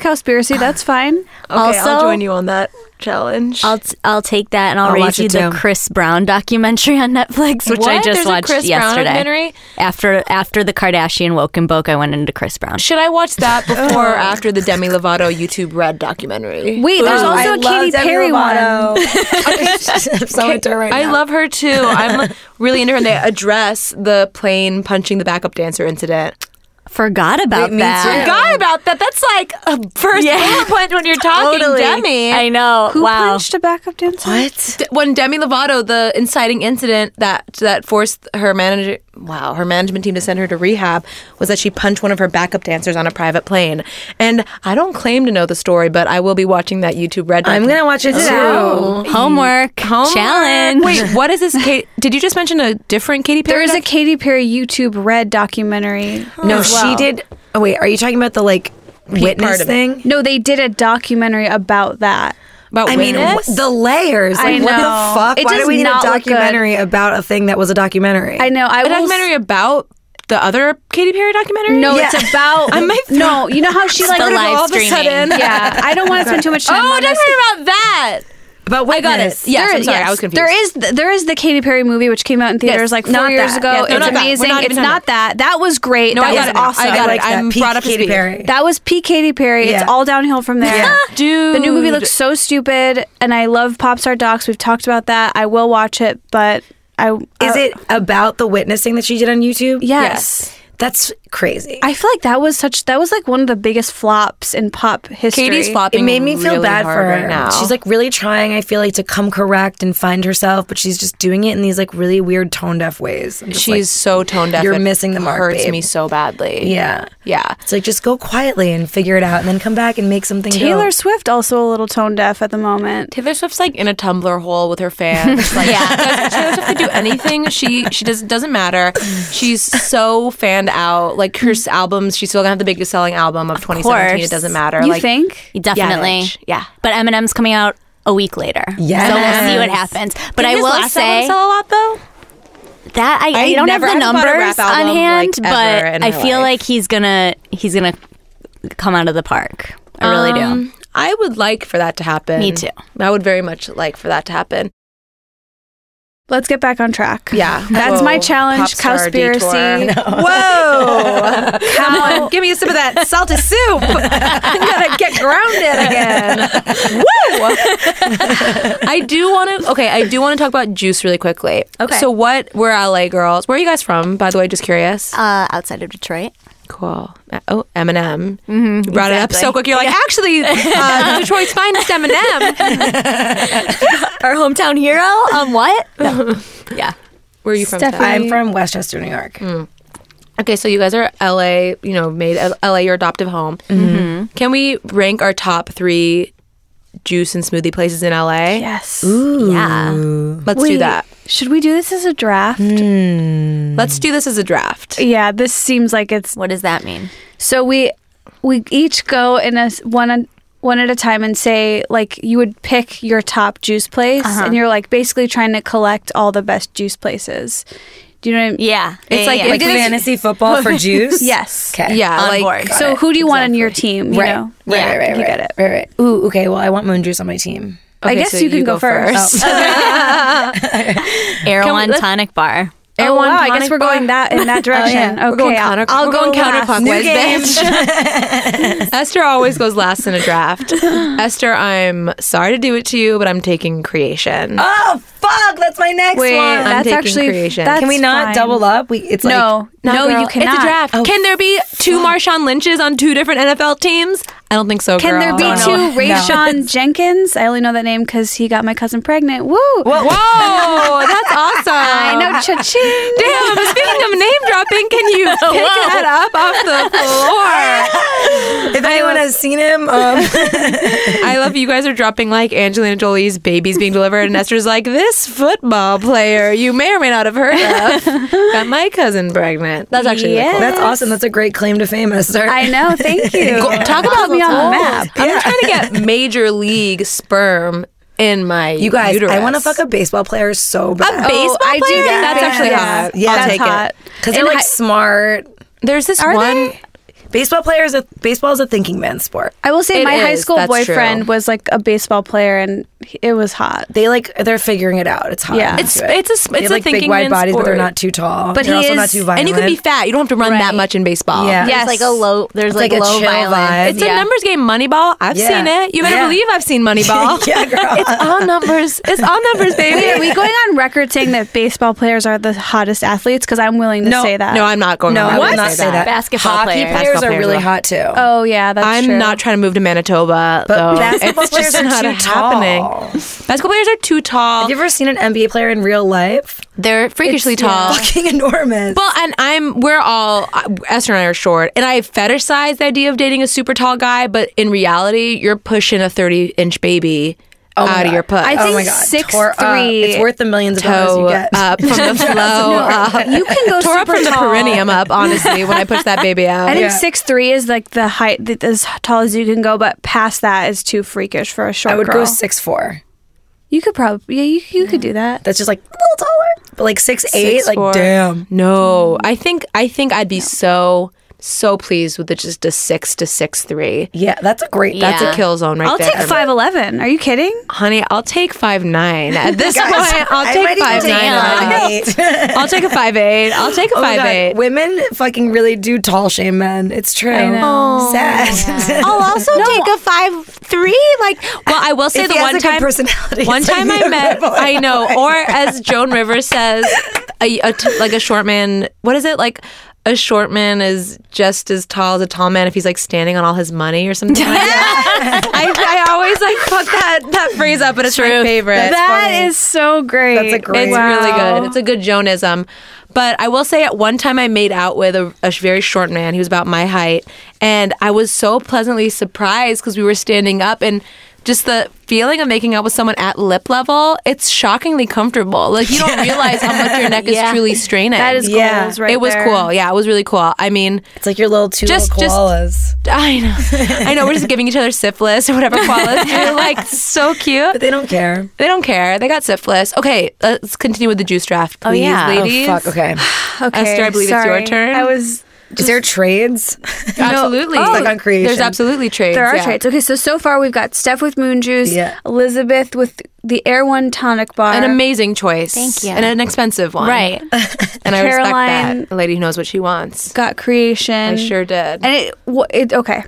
Cowspiracy. That's fine. I'll Also- join you on that challenge. I'll t- I'll take that and I'll, I'll raise watch you it too. the Chris Brown documentary on Netflix, which I What? just There's a watched Chris Brown yesterday. documentary? After after the Kardashian woke and boke, I went into Chris Brown. Should I watch that before or after the Demi Lovato YouTube Red documentary? Wait, there's Oh, also I a love Katy Demi Perry one. Lovato. I'm so into her right I now. love her too. I'm really into her. And they address the plane punching the backup dancer incident. Forgot about me that. too. Forgot about that. That's like a first Yeah. bullet point when you're talking Totally. Demi. I know. Who wow. punched a backup dancer? What? D- when Demi Lovato, the inciting incident that that forced her manager, wow, her management team to send her to rehab was that she punched one of her backup dancers on a private plane. And I don't claim to know the story, but I will be watching that YouTube Red. I'm documentary. gonna watch it too. Homework. Challenge. Wait, what is this? Kate, did you just mention a different Katy Perry? There is a doc- Katy Perry YouTube Red documentary. No, as well. she did. Oh wait, are you talking about the like part witness of thing? No, they did a documentary about that. about I mean, witness? wh- the layers. I Like, what know. the fuck? It Why does do we need a not look good. documentary about a thing that was a documentary? I know. I a will s- documentary about the other Katy Perry documentary. No, Yeah. it's about. I might throw- no, you know how she like the live all of a streaming. sudden. Yeah, I don't want to spend too much time. Oh, on this. documentary about that. About witness. got it. Yeah. Yes, There- I'm sorry, I was confused. There is th- there is the Katy Perry movie which came out in theaters like four not years that. ago. no, Yes, it's not that. We're amazing. not even it's talking not that. That was great. No, that I got was it now. awesome. I got like it. I'm that. Peak brought up to Katy speed. Perry. That was peak Katy Perry. Yeah. It's all downhill from there. Yeah. Dude, The new movie looks so stupid, and I love pop star docs. We've talked about that. I will watch it, but I Is I- it about the witnessing that she did on YouTube? Yes. That's crazy. I feel like that was such that was like one of the biggest flops in pop history. Katie's flopping. it made me feel really bad for hard her. right now. She's like really trying, I feel like, to come correct and find herself, but she's just doing it in these like really weird tone deaf ways. I'm just She's so tone deaf. "You're It missing the mark, Hurts babe." me so badly. like, yeah. yeah. It's like just go quietly and figure it out and then come back and make something Taylor go. Swift also a little tone deaf at the moment. Taylor Swift's like in a Tumblr hole with her fans. Like, yeah, Taylor Swift could do anything. She she doesn't doesn't matter. She's so fanned out. Like her s- albums, she's still gonna have the biggest selling album of 2017. course. It doesn't matter. You like, think? Definitely. bitch. Yeah. But Eminem's coming out a week later. Yes. So we'll see what happens. But Didn't I his will last album say sell a lot though. that I, I I don't never- have I the haven't bought a numbers rap album, on like, hand, ever but in I my feel life. like he's gonna he's gonna come out of the park. I really do. Um, I would like for that to happen. Me too. I would very much like for that to happen. Let's get back on track. Yeah. That's Whoa. my challenge. Pop star Cowspiracy. detour. Whoa! Come on, give me a sip of that salted soup. I'm gonna get grounded again. Woo! I do want to. Okay, I do want to talk about juice really quickly. Okay. So what? We're LA girls. Where are you guys from? By the way, just curious. Uh, outside of Detroit. Cool. Uh, Oh, Eminem. Mm-hmm, you brought it up so quick. You're like, actually, uh, Detroit's finest Eminem. Our hometown hero? Um, what? No. Yeah. Where are you from? Steph? Stephanie. I'm from Westchester, New York. Okay, so you guys are LA, you know, made L- LA your adoptive home. Mm-hmm. Can we rank our top three juice and smoothie places in LA? Yes. Mm. Yeah. Let's do Wait, that. Mm. Should we do this as a draft? Let's do this as a draft. Yeah, this seems like it's What does that mean? So we we each go in a s- one on- one at a time and say like you would pick your top juice place, Uh-huh. and you're like basically trying to collect all the best juice places. Do you know what I mean? Yeah. It's like- Like We did it- fantasy football for Jews. Yes. Okay. Yeah, On like board. So who do you want on your team? You Right. know? Right, Yeah, right, right, you right, get it. Right, right. Ooh, okay. Well, I want moon juice on my team. I Okay, guess so you can you go, go Oh. first. Erewhon Tonic Bar. Oh, wow, I guess Tonic we're Bar. going that in that direction. Okay, Oh, We're going counter- I'll, we're I'll go, going last. counterclockwise, game. bitch. Esther always goes last in a draft. Esther, I'm sorry to do it to you, but I'm taking creation. Oh fuck! That's my next Wait, one. I'm that's taking actually creation. That's Can Can we not fine. double up? We it's like No, no, girl. you cannot. Oh, It's a draft. Can there be two Marshawn Lynches on two different NFL teams? I don't think so. Can there girl. Oh, be no. two No. Rayshon Jenkins? I only know that name because he got my cousin pregnant. Woo! Whoa, that's awesome. I uh, know cha-ching. Damn, speaking of name dropping, can you pick that up off the floor? if anyone has seen him, um, I love you guys are dropping like Angelina Jolie's babies being delivered, and Esther's like, this football player you may or may not have heard of got my cousin pregnant. That's actually really cool. Yeah. that's awesome. That's a great claim to fame, Esther. I know. Thank you. Go- Talk about me on the map. I'm just trying to get major league sperm in my You guys, I want to uterus. fuck a baseball player so bad. A baseball I do player? get That's that. actually Yeah. hot. Yeah. I'll That's take hot. it. because they're And like hi- smart. There's this Are one. they? Baseball player is a baseball is a thinking man's sport. I will say It my high is, school that's boyfriend true. was like a baseball player, and he- it was hot. They like they're figuring it out. It's hard. Yeah. I'm It's into it. it's a sp- They it's have, a like thinking big wide man's bodies, but they're sport. not too tall. But they're he also not is- too violent. And you could be fat. You don't have to run that much in baseball. Yeah. Yes. It's like a low, there's like, like a low chill vibe. violence. It's a numbers game, Moneyball. I've Yeah. seen it. You better Yeah. believe I've seen Moneyball. yeah, girl. It's all numbers. It's all numbers, Wait, are baby. we going on record saying that baseball players are the hottest athletes? Because I'm willing to say that. No, I'm not going. no, on I record would to not say that. Basketball Hockey players. players Basketball are really players. hot too. Oh yeah, that's I'm true. not trying to move to Manitoba, though. basketball It's players just are not too happening. tall. Basketball players are too tall. Have you ever seen an NBA player in real life? They're freakishly tall. Fucking enormous. Well, and I'm we're all uh, Esther and I are short, and I fetishize the idea of dating a super tall guy, but in reality, you're pushing a 30 inch baby my out of God. your put. I oh think my god, six tore up. three. It's worth the millions of dollars toe you get. up uh, from the flow up. You can go Tore up super from the tall. perineum up, honestly, when I pushed that baby out. I think Yeah. six three is like the height that as tall as you can go, but past that is too freakish for a short I would girl. go six four. you could probably yeah, you, you could do that. That's just like a little taller, but like six, eight. Like Four. damn. No, I think I think I'd be so so pleased with the, just a six to six three. Yeah, that's a great. That's Yeah. a kill zone right I'll there. take five eleven. Are you kidding? honey. I'll take five nine at this point. I'll I take might even five take nine. five eight. I'll take a five eight. I'll take a Oh five my God, eight. Women fucking really do tall shame men. It's true. I know. Sad. I'll also take a five three. Like, well, I will say If the he has one a good time personality, One it's like time I the met, equivalent I of, know, like- or as Joan Rivers says, a, a t- like a short man. What is it like? A short man is just as tall as a tall man if he's like standing on all his money or something. like that. I, I always like fuck that that phrase up, but it's my favorite. That is funny. so great. That's a great- It's Wow. really good. It's a good Joanism. But I will say, at one time, I made out with a, a very short man. He was about my height, and I was so pleasantly surprised because we were standing up and. Just the feeling of making out with someone at lip level, it's shockingly comfortable. Like, you don't realize how much your neck is Yeah. truly straining. That is Yeah. goals right it was there. cool. Yeah, it was really cool. I mean, It's like your little two Just- little just- koalas. I know. I know we're just giving each other syphilis or whatever qualis. You're like so cute. but they don't care. They don't care. They got syphilis. Okay, let's continue with the juice draft, please, yeah. Oh, ladies. Fuck. Okay. Okay, Esther, I believe it's your sorry. turn. I was Is there trades? Absolutely. It's like on creation. oh, There's absolutely trades. there are yeah. traits. Okay, so so far we've got Steph with Moon Juice, Yeah. Elizabeth with the Air One Tonic Bar, An amazing choice. Thank you. And an expensive one. Right. And I respect Caroline- that. A lady who knows what she wants. got Creation. I sure did. And it, wha- it okay.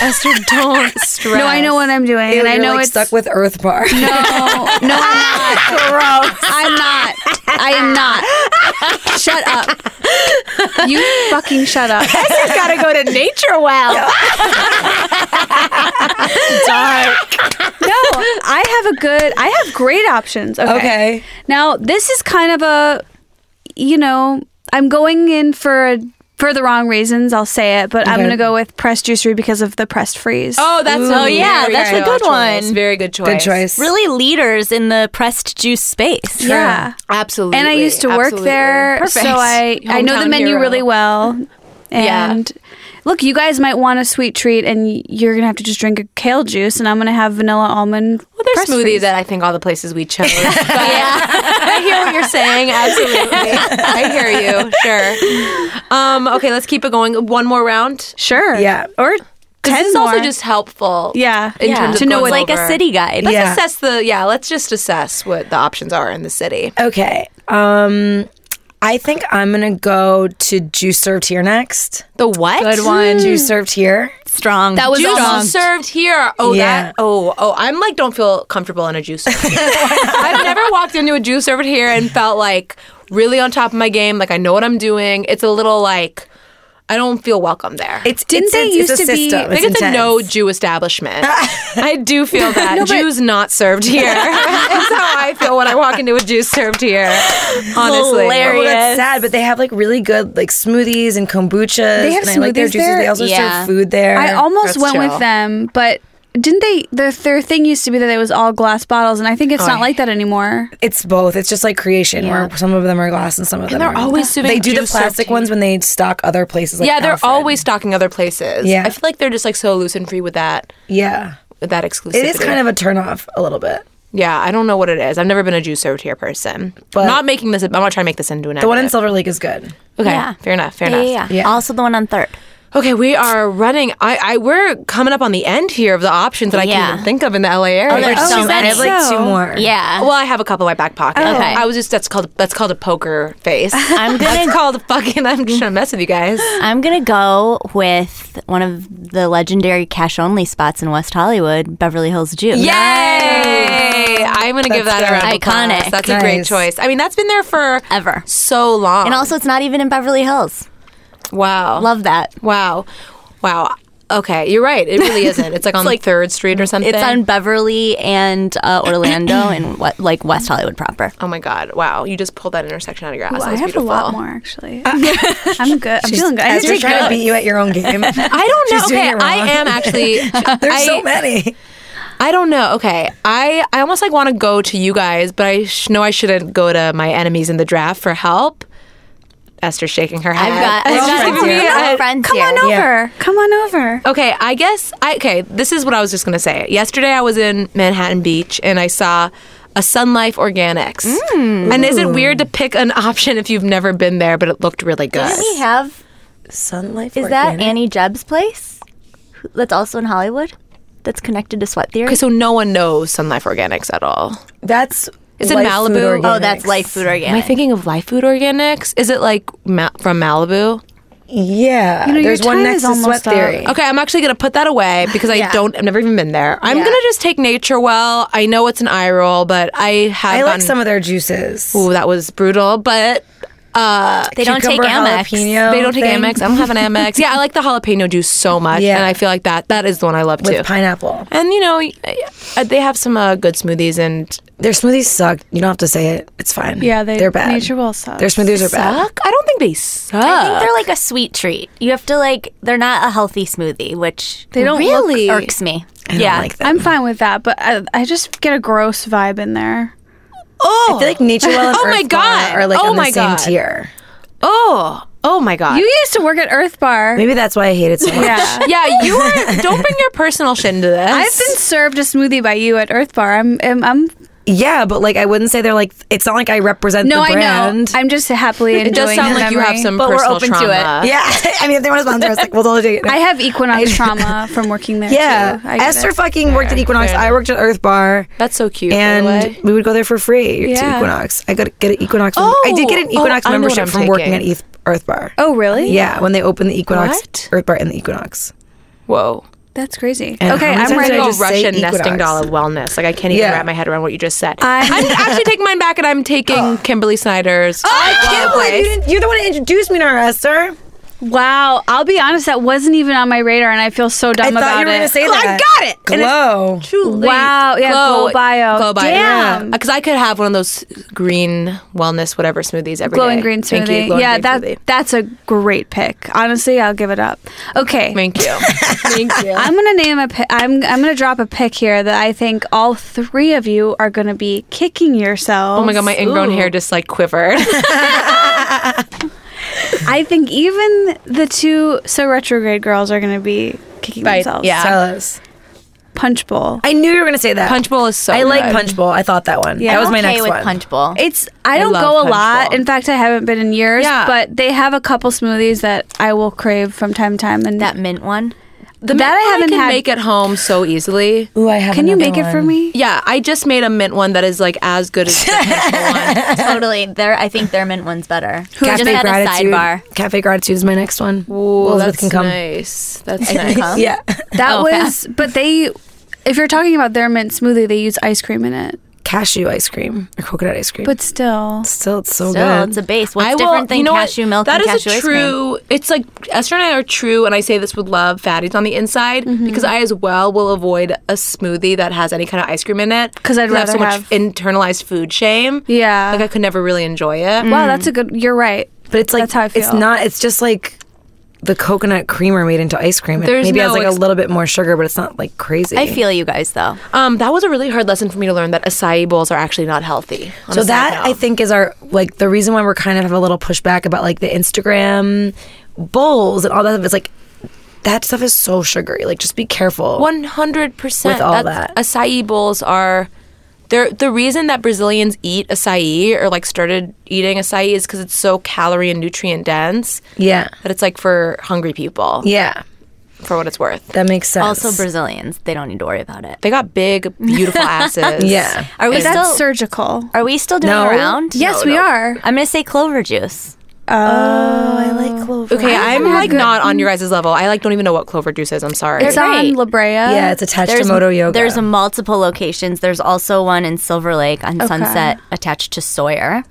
Esther, don't stress. No, I know what I'm doing, You're and I know like it's stuck with Earth Bar. no, no, I'm not. I'm not. I am not. shut up. You fucking shut up. I've got to go to Nature Well. No, I have a good. I have great options. Okay. Okay. Now this is kind of a, you know, I'm going in for for the wrong reasons. I'll say it, but I'm Okay. gonna go with pressed juicery because of the pressed freeze. Oh, that's Ooh, yeah, that's a good choice. one. Very good choice. Good choice. Really leaders in the pressed juice space. yeah. Absolutely. And I used to work Absolutely. there, Perfect. so I I know the Hometown menu hero. really well. Yeah. And look, you guys might want a sweet treat, and y- you're gonna have to just drink a kale juice, and I'm gonna have vanilla almond. Well, there's pressed smoothie freeze. that I think all the places we chose. But I hear what you're saying. Absolutely. I hear you. Sure. Um, okay, let's keep it going. One more round. Sure. Yeah. Or 'Cause ten This is more. also just helpful. yeah. in terms of to know going it's like over. a city guide. Let's Yeah. assess the yeah. Let's just assess what the options are in the city. Okay. Um, I think I'm gonna go to juice served here next. The what? Good one. Juice served here. Strong. That Juice served here. Oh Yeah. that. Oh oh. I'm like don't feel comfortable in a juice. server. I've never walked into a juice server here and felt like really on top of my game. Like I know what I'm doing. It's a little like I don't feel welcome there. It's Didn't it's, they it's, used it's a to be- system. I It's think it's intense. a no Jew establishment. I do feel that No, but- Jews not served here. That's how I feel when I walk into a Jew served here. Honestly, Hilarious. Well, that's sad, but they have like really good like smoothies and kombuchas. They have and I like their smoothies juices. there? They also Yeah. serve food there. I almost That's went chill. with them, but didn't they? Their their thing used to be that it was all glass bottles, and I think Oh, it's not like that anymore. it's both. It's just like creation Yeah. where some of them are glass and some of them they're aren't. always doing They do the juice served plastic here. ones when they stock other places. Like yeah, they're Alfred. always stalking other places. Yeah. I feel like they're just like so loose and free with that Yeah. with that exclusivity. It is kind of a turnoff a little bit. yeah. I don't know what it is. I've never been a Jew served here person. But- I'm not making this. I'm not trying to make this into an. The one in Silver Lake is good. Okay, Yeah. fair enough. Fair Yeah, enough. yeah, yeah. Yeah. Also the one on third. Okay, we are running. I, I we're coming up on the end here of the options that I Yeah. can even think of in the LA area. there's Oh, so Two- I many. have like two So- more. Yeah. Well, I have a couple in my back pocket. Oh. Okay. I was just that's called that's called a poker face. I'm gonna- that's called a fucking. I'm just gonna mess with you guys. I'm gonna go with one of the legendary cash only spots in West Hollywood, Beverly Hills Jew. Yay! I'm gonna give That's that a round of good. applause. Iconic. That's a great Nice. choice. I mean, that's been there for Ever. so long. And also it's not even in Beverly Hills. wow, Love that. wow, wow. Okay, you're right. It really isn't. It's like on like Third Street or something. It's on Beverly and uh, Orlando and what like West Hollywood proper. Oh my God! Wow, you just pulled that intersection out of your ass. Well, that I was have beautiful. a lot Uh, more actually. I'm good. I'm feeling good. I As did you're take trying to notes. beat you at your own game. I don't know. She's doing okay, it I wrong. am actually. There's I- so many. I don't know. Okay, I I almost like want to go to you guys, but I sh- know I shouldn't go to my enemies in the draft for help. Esther's shaking her head. I've got, It's I've just got friends giving me here. a- friends Come here. on over. Come on over. Okay, I guess I okay, this is what I was just gonna say. Yesterday I was in Manhattan Beach and I saw a Sun Life Organics. And is it weird to pick an option if you've never been there, but it looked really good? Didn't we have Sun Life is that Annie Jebb's place? Who- That's also in Hollywood. That's connected to sweat theory. Okay, so no one knows Sun Life Organics at all. That's It's in Life Food Malibu. oh, that's Organics. life food Am I organic. thinking of Life Food Organics? Is it like ma- from Malibu? Yeah. know, your There's one time next is to Sweat almost up. Theory. Okay, I'm actually gonna put that away because I don't. I've never even been there. I'm Yeah. gonna just take Nature Well. I know it's an eye roll, but I have. I like gotten- some of their juices. Ooh, that was brutal, but uh, they don't take Cucumber Amex. jalapeno they don't take thing Amex. I don't have an Amex. yeah, I like the jalapeno juice so much, Yeah. and I feel like that that is the one I love with too. pineapple. and you know, uh, they have some uh, good smoothies and Their smoothies suck. You don't have to say it. It's fine. Yeah, they they're bad. Nature Well sucks. Their smoothies are bad. suck. uh, I don't think they suck. I think they're like a sweet treat. You have to like they're not a healthy smoothie, which They don't look- really irks me. I don't yeah. like them. I'm fine with that, but I, I just get a gross vibe in there. oh, I feel like Nature Well and Oh my Earth Bar God. are like Oh on my the same God. tier. oh, oh my god. You used to work at Earth Bar. Maybe that's why I hate it so much. Yeah. yeah, you are. Don't bring your personal shit into this. I've been served a smoothie by you at Earth Bar. I'm I'm, I'm Yeah, but like I wouldn't say they're like. It's not like I represent no, the I know. brand. I'm just happily enjoying It does sound the like you have memory. some But we're personal open to trauma. it. yeah, I mean, if they want to sponsor us, like we'll totally take it. I have Equinox trauma from working there. yeah, too. I get Esther it. fucking worked at Equinox. fair I worked at Earth Bar, That's so cute. by the and way. we would go there for free Yeah. to Equinox. I got to get an Equinox. mem- I did get an Oh, Equinox oh, I know what membership I'm from working taking. at Earth, Earth Bar. Oh really? Yeah, when they opened the Equinox What? Earth Bar and the Equinox. whoa. That's crazy. And okay, how many I'm It's times ready. did I like a just say Russian nesting Equinox? doll of wellness. Like I can't even Yeah. wrap my head around what you just said. I- I'm actually taking mine back, and I'm taking Kimberly Snyder's. Oh, I can't believe you didn't, you're the one who introduced me to her, Esther. Wow, I'll be honest, that wasn't even on my radar, and I feel so I dumb thought about you were it. going to say Oh, that. I got it. And it's- Glow. Truly. Wow, yeah, Glow Bio. Glow Bio. Damn. Because I could have one of those green wellness whatever smoothies every glowing day. green Thank smoothie. you, glowing yeah, green that smoothie. that's a great pick. Honestly, I'll give it up. Okay. Thank you. Thank you. I'm gonna name a. Pi- I'm I'm gonna drop a pick here that I think all three of you are gonna be kicking yourselves. Oh my god, my ingrown hair just like quivered. I think even the two so retrograde girls are gonna be kicking Right, themselves. yeah. Tell us. Punch bowl. I knew you were going to say that. Punch bowl is so. I like good. Punch Bowl. I thought that one. Yeah. that was my okay next with one. punch bowl. It's I don't love go a Punch lot. Bowl. In fact, I haven't been in years. Yeah. But they have a couple smoothies that I will crave from time to time. And that mint one. The That mint I one haven't can had- make at home so easily. Ooh, I have can you another make it for one. me? Yeah, I just made a mint one that is like as good as the punch bowl one. totally. Their I think their mint one's better. Who Cafe just had Gratitude. a sidebar. Cafe Gratitude is my next one. Ooh, Elizabeth that's can come. nice. That's can nice. come. Yeah. That Oh, was, fast. but they, if you're talking about their mint smoothie, they use ice cream in it. Cashew ice cream or coconut ice cream. But still, still, it's so Still, good. it's a base. What's I different will- than you know what? cashew milk That and is cashew a ice cream? true. It's like Esther and I are true, and I say this with love. Fatties on the inside because I as well will avoid a smoothie that has any kind of ice cream in it 'Cause I'd I have so rather much have- internalized food shame. yeah. like I could never really enjoy it. wow, that's a good. You're right. but it's like that's how I feel. it's not. It's just like the coconut creamer made into ice cream. It There's maybe no has like ex- a little bit more sugar, but it's not like crazy. I feel you guys though. Um, that was a really hard lesson for me to learn that acai bowls are actually not healthy. on so a side that note. I think is our like the reason why we're kind of have a little pushback about like the Instagram bowls and all that stuff. It's like that stuff is so sugary. Like just be careful. One hundred percent. With all that. acai bowls are. They're, the reason that Brazilians eat acai or like started eating acai is because it's so calorie and nutrient dense Yeah. that it's like for hungry people Yeah. for what it's worth. That makes sense. Also Brazilians, they don't need to worry about it. They got big, beautiful asses. Yeah. Are we But still that's surgical. are we still doing No. a round? Yes, we are. I'm gonna say clover juice. Oh, I like clover. Okay, I'm had like good- not on your guys' level. I like don't even know what clover juice is. I'm sorry. it's on great. La Brea. Yeah, it's attached to Moto Yoga. There's multiple locations. There's also one in Silver Lake on Sunset attached to Sawyer.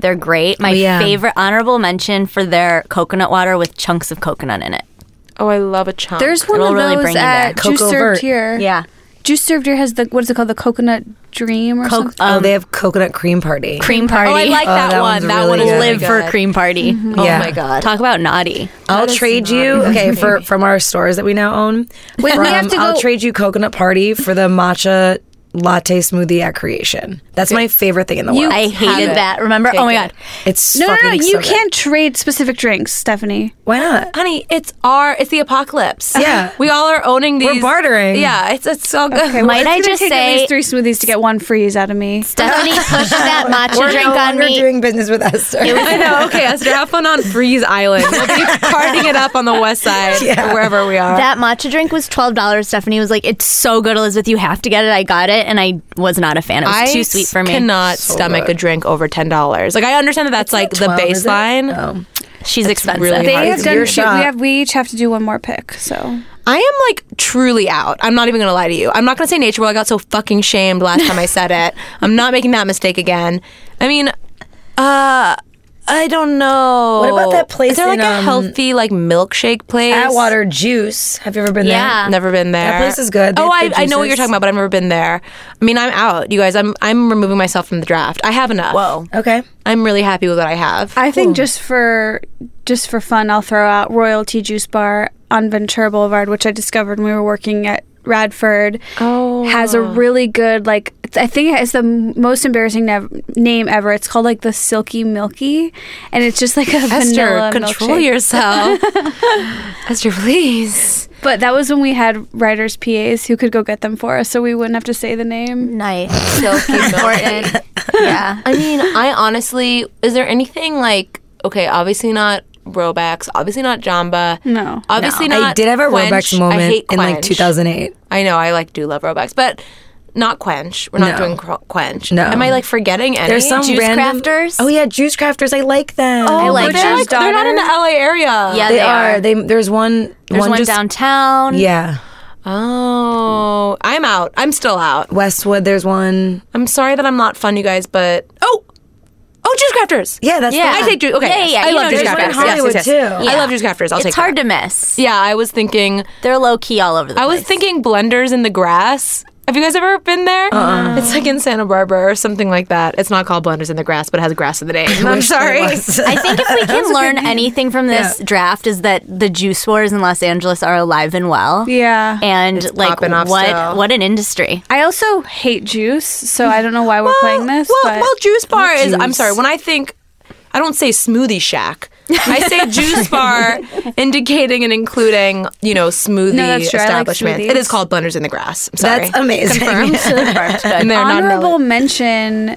They're great. My Oh, yeah. favorite honorable mention for their coconut water with chunks of coconut in it. oh, I love a chunk. There's one It'll of really those bring you at back. Juice Coco Served Vert. Here. Yeah. Juice Served Here has the what is it called? The Coconut Dream or Coke, something. oh, um, they have coconut cream party. cream party. Oh, I like that, that one. one's That really one is good. really Live for good. cream party. Oh Yeah. my god. Talk about naughty. I'll trade you okay for from our stores that we now own. Wait, we have to I'll go- trade you coconut party for the matcha latte smoothie at Creation. That's my favorite thing in the world. I hated it. that. Remember? Take oh my it. god. it's No, no, no! fucking You so good. can't trade specific drinks, Stephanie. Why not? Honey, it's our it's the apocalypse. Yeah. we all are owning these. We're bartering. Yeah, it's it's so good. Might I It's gonna just take say at least three smoothies to get one freeze out of me? Stephanie pushed that matcha We're drink no on longer me. doing business with Esther. I know. Okay, Esther, have fun on Freeze Island. We'll be partying it up on the west side or wherever we are. that matcha drink was twelve dollars. Stephanie was like, "It's so good, Elizabeth. You have to get it." I got it, and I was not a fan. It was I too sweet for me. cannot stomach a drink over ten dollars. Like I understand that that's like the 12, is it? baseline. Oh. She's expensive. really They hard have to done. Your Two, shot. we have. We each have to do one more pick. So I am like truly out. I'm not even gonna lie to you. I'm not gonna say nature. Well, I got so fucking shamed last time I said it. I'm not making that mistake again. I mean, uh. I don't know. What about that place Is there like in, a um, healthy like milkshake place? Atwater Juice. Have you ever been Yeah. there? Never been there. That place is good. They Oh, have I, good I know what you're juices. talking about, but I've never been there. I mean, I'm out, you guys. I'm I'm removing myself from the draft. I have enough. Whoa. Okay. I'm really happy with what I have. I think just for just for fun, I'll throw out Royalty Juice Bar on Ventura Boulevard, which I discovered when we were working at Radford. Oh. has a really good like. it's- I think it's the m- most embarrassing nev- name ever. It's called like the Silky Milky, and it's just like a Esther, vanilla control milkshake. yourself. Esther, please. But that was when we had writers PAs who could go get them for us, so we wouldn't have to say the name. Nice, so important. yeah, I mean, I honestly, is there anything like, okay, obviously not Robex, obviously not Jamba. No. Obviously I not. did have a Quench. Robex I moment hate in like Quench. 2008. I know, I like do love Robex, but not quench. We're not doing cr- quench. No. Am I like forgetting any? There's some Juice random- crafters? Oh yeah, juice crafters. I like them. Oh, I like But they're, them. like, they're not in the LA area. Yeah, they, are. They there's one. There's one, just- downtown. Yeah, Oh, I'm out. I'm still out. Westwood. There's one. I'm sorry that I'm not fun, you guys, but oh, oh, juice crafters. Yeah, that's Yeah. The I one. take juice. Okay, Yeah, yeah, yeah. I You love know, juice crafters. there's one in Yes, yes, Hollywood, yes. too. I Yeah. love juice crafters. I'll it's take hard that. to miss. Yeah, I was thinking. They're low key all over the I place. was thinking blenders in the grass. Have you guys ever been there? Uh-uh. It's like in Santa Barbara or something like that. It's not called blenders in the grass, but it has grass in the name. I'm sorry. I think if we can learn anything from this draft is that the juice wars in Los Angeles are alive and well. Yeah. And like popping off what still. what an industry. I also hate juice, so I don't know why we're playing this. Well, but well, juice bar is. I'm sorry. When I think, I don't say smoothie shack. I say juice bar, indicating and including you know smoothie No, that's true. I like establishments. smoothies. it is called Blenders in the Grass. I'm sorry. That's amazing. and they're not in honorable LA. mention.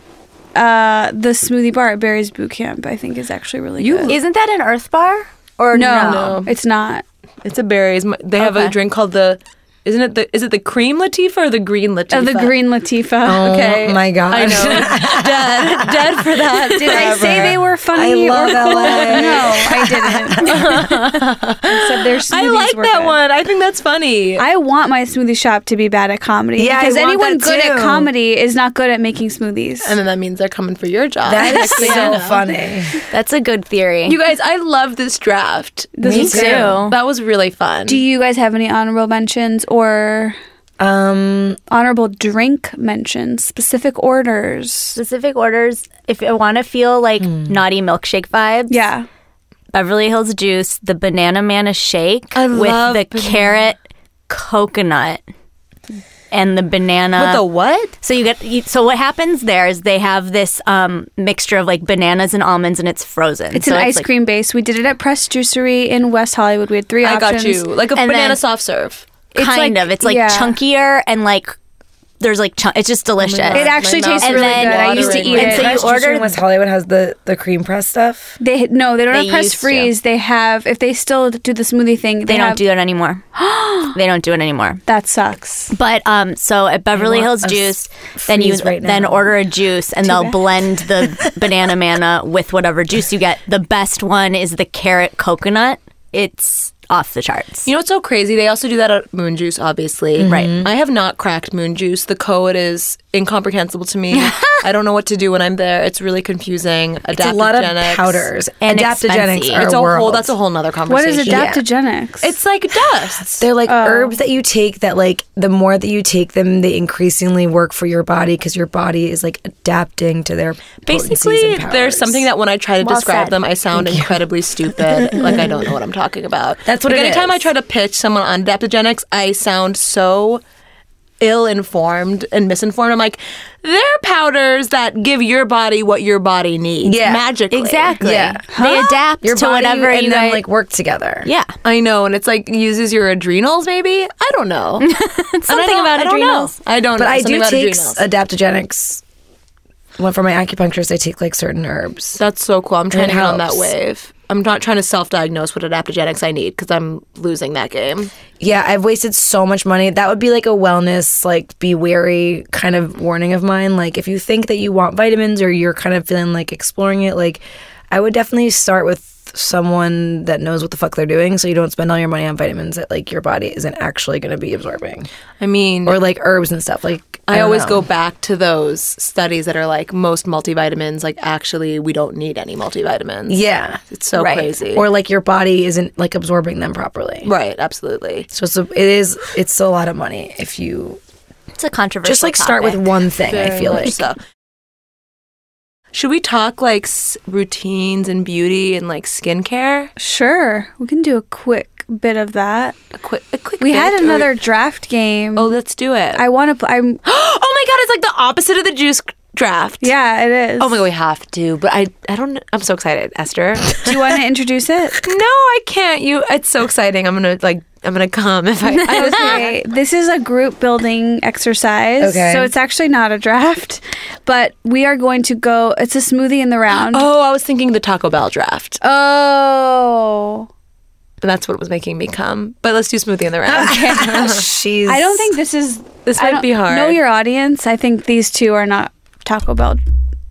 Uh, the smoothie bar at Barry's Boot Camp, I think, is actually really good. Isn't that an earth bar? Or no? no, it's not. It's a berries. M- They have a Okay. drink called the. Isn't it the? Is it the cream Latifa or the green Latifa? Oh, the green Latifa. okay. Oh my god. I know. dead, dead for that. Did I say Forever. they were I funny? love or LA. No, I didn't. I said their I smoothies like were that good. one. I think that's funny. I want my smoothie shop to be bad at comedy. Yeah, I because want anyone that good at too. comedy is not good at making smoothies. and then that means they're coming for your job. That is so funny. That's a good theory. you guys, I love this draft. This Me was great. too. That was really fun. Do you guys have any honorable mentions or Um, honorable drink mentions? Specific orders? Specific orders. If I want to feel like naughty milkshake vibes, Yeah. Beverly Hills Juice, the Banana Mana Shake I with love the banana. carrot coconut and the Uh, banana. With the what? So you get you, so what happens there is they have this um, mixture of like bananas and almonds and it's frozen. It's So an ice like- cream base. We did it at Press Juicery in West Hollywood. We had three I got options. you. Like a And banana then- soft serve. It's kind like- of. It's like yeah. Oh chunkier and like there's like chunk it's just delicious. It actually My mouth tastes is really like good. I used to watering eat right it. And so you Fresh Juice order- in West Hollywood has the the cream press stuff. They no, they don't They have press used to. freeze. They have if they still do the smoothie thing. They, they have- don't do that anymore. they don't do it anymore. That sucks. But um, so at Beverly want Hills a Juice, s- then you freeze right then now. order a juice, and they'll blend the banana manna with whatever juice you get. The best one is the carrot coconut. It's off the charts. You know what's so crazy? They also do that at Moon Juice, obviously. Right. I have not cracked Moon Juice. The co-ed is incomprehensible to me. I don't know what to do when I'm there. It's really confusing. It's a lot of powders. And Adaptogenics expensive. are It's a world. whole. That's a whole nother What conversation. is adaptogenics? It's like dust. They're like herbs that you take that like the more that you take them, they increasingly work for your body because your body is like adapting to their potencies Basically, and powers. there's something that when I try to Well describe said. them, I sound incredibly stupid. like I don't know what I'm talking about. That's what like, it anytime is. I try to pitch someone on adaptogenics, I sound so ill-informed and misinformed. I'm like, they're powders that give your body what your body needs. Yeah, magically. Exactly. Yeah. They adapt your to body whatever and you them guys- like work together. Yeah. I know, and it's like uses your adrenals. Maybe I don't know. And I Something don't- about I don't know. adrenals. I don't. But know. I Something do about take adrenals. adaptogenics. Well, for my acupuncturist, I take like certain herbs. That's so cool. I'm trying it to get on that helps. wave. I'm not trying to self-diagnose what adaptogenics I need because I'm losing that game. Yeah, I've wasted so much money. That would be like a wellness, like be wary kind of warning of mine. Like if you think that you want vitamins or you're kind of feeling like exploring it, like I would definitely start with someone that knows what the fuck they're doing so you don't spend all your money on vitamins that like your body isn't actually going to be absorbing I mean, or like herbs and stuff like I, don't always know. go back to those studies that are like most multivitamins. Like actually, we don't need any multivitamins. yeah it's so Right. crazy. or like your body isn't like absorbing them properly right, absolutely. so it's a, it is it's a lot of money if you It's a controversial. just like start with topic. one thing I Very feel much like so. Should we talk like s- routines and beauty and like skincare? sure. We can do a quick bit of that. A quick, a quick. We had bit, or- another draft game. Oh, let's do it. I want to. I'm. oh my god, it's like the opposite of the juice draft. Yeah, it is. Oh my god, we have to. But I, I don't. I'm so excited, Esther. Do you want to introduce it? no, I can't. You. It's so exciting. I'm gonna like. I'm gonna come if I. I was Okay, this is a group building exercise. Okay. So it's actually not a draft, but we are going to go. It's a smoothie in the round. Oh, I was thinking the Taco Bell draft. Oh. and that's what was making me come. But let's do smoothie in the round. She's. I don't think this is. This I might don't- be hard. Know your audience. I think these two are not Taco Bell.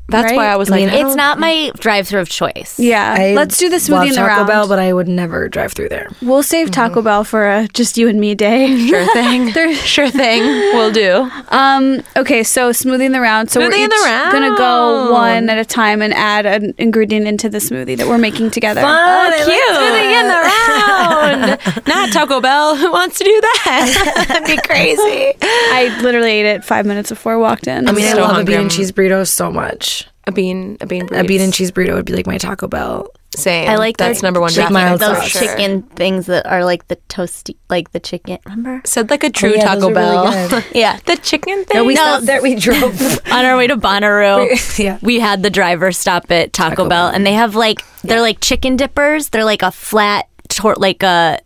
That's right? why I was I mean, like, It's not my drive-through of choice. Yeah, I let's do the smoothie love in the Taco round. Bell, but I would never drive through there. we'll save Taco Bell for a just you and me day. sure thing. sure thing. We'll do. Um. Okay. So smoothie in the round. So we're Smoothie each in the gonna go round. one at a time and add an ingredient into the smoothie that we're making together. Oh, cute. Smoothie in the round. not Taco Bell. Who wants to do that? That'd be crazy. I literally ate it five minutes before I walked in. I mean, I so love hungry. a bean and cheese burrito so much. A bean, a bean, A bean and burrito. cheese burrito would be like my Taco Bell. Same. I like that's their number one. chicken- draft mild pick, those for sauce. sure. chicken things that are like the toasty, like the chicken. Remember? Said like a true Oh, yeah, Taco those are really Bell. good. Yeah. the chicken thing. No, we no, stopped there. we drove. on our way to Bonnaroo, Yeah. we had the driver stop at Taco, Bell, and they have like they're like chicken dippers. They're like a flat, tor- like a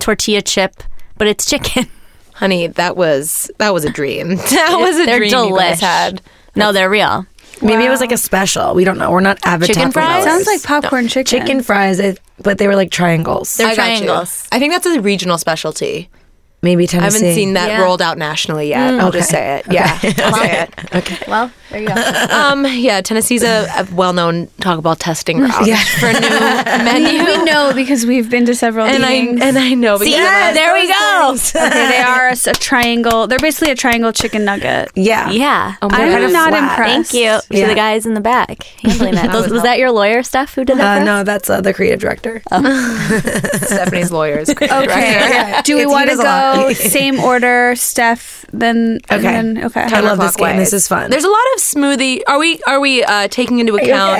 tortilla chip, but it's chicken. honey, that was that was a dream. That was a they're dream you guys delish. had. No, they're real. Maybe it was like a special. We don't know. We're not avid Chicken Taco fries? Bellers. sounds like popcorn chicken. chicken fries, it- but they were like triangles. They're I got you. triangles. I think that's a regional specialty. Maybe I Tennessee. haven't seen that Yeah. Mm. rolled out nationally yet. I'll just say it. Yeah, I'll say it. Well, there you go. Um, yeah, Tennessee's a, a well-known Taco Bell testing ground for new menu, We know because we've been to several and I meetings. and I know. because yeah, I'm- there we go. okay, they are a, s- a triangle. They're basically a triangle chicken nugget. Yeah. Yeah. Oh my I'm God. not flat. impressed. Thank you Yeah. to the guys in the back handling that. Those, was that your lawyer stuff who did that? Uh, for us? no, that's uh, the creative director. Stephanie's lawyers. Oh, Okay. Do we It's- he want to does a lot. go same order, Steph? Then and Okay. Then, okay. I love this game. This counterclockwise. is fun. There's a lot of smoothie. Are we are we uh, taking into account?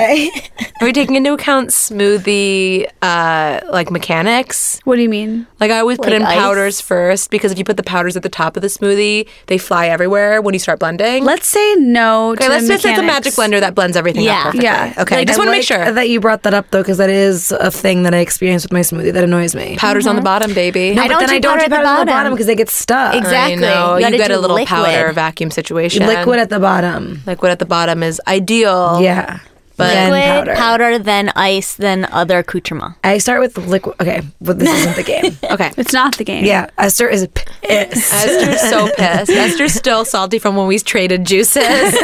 Are we taking into account smoothie uh, like mechanics? What do you mean? Like I always put Like in ice? powders first because if you put the powders at the top of the smoothie, they fly everywhere when you start blending. Let's say no okay, to let's just say it's a magic mechanics. blender that blends everything Yeah. up perfectly. Yeah. Okay, I I just want to make like sure. that you brought that up though, because that is a thing that I experience with my smoothie that annoys me. Powders on the bottom, baby. I don't then do I don't powder do powder at the on the bottom. bottom because they get stuck. Exactly. I know. You You, gotta get a do little liquid. powder vacuum situation. Liquid at the bottom. liquid at the bottom is ideal. Yeah. But- then Liquid, powder. then ice, then other accoutrement. I start with liquid. Okay, but this isn't the game. Okay. It's not the game. Yeah, Esther is pissed. Esther's so pissed. Esther's still salty from when we traded juices.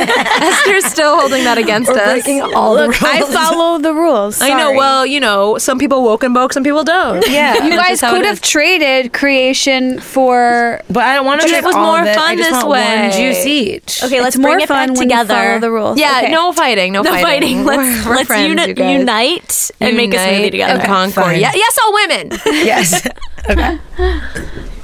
Esther's still holding that against We're us. breaking all the rules. I follow the rules. I know. Sorry. Well, you know, some people woke and woke, some people don't. Yeah. you That's guys just how it could is. have traded creation for. but I don't want to Juice drink was all more of it. fun I just this want way. One juice each. Okay, let's It's more bring it fun back when you together. follow the rules. Yeah, Oh, Okay. no fighting, no, No fighting. fighting. Let's We're- we're let's friends, uni- you guys. unite and make a smoothie Unite together. in Concord. fine. Yeah, yes, all women. Yes. okay.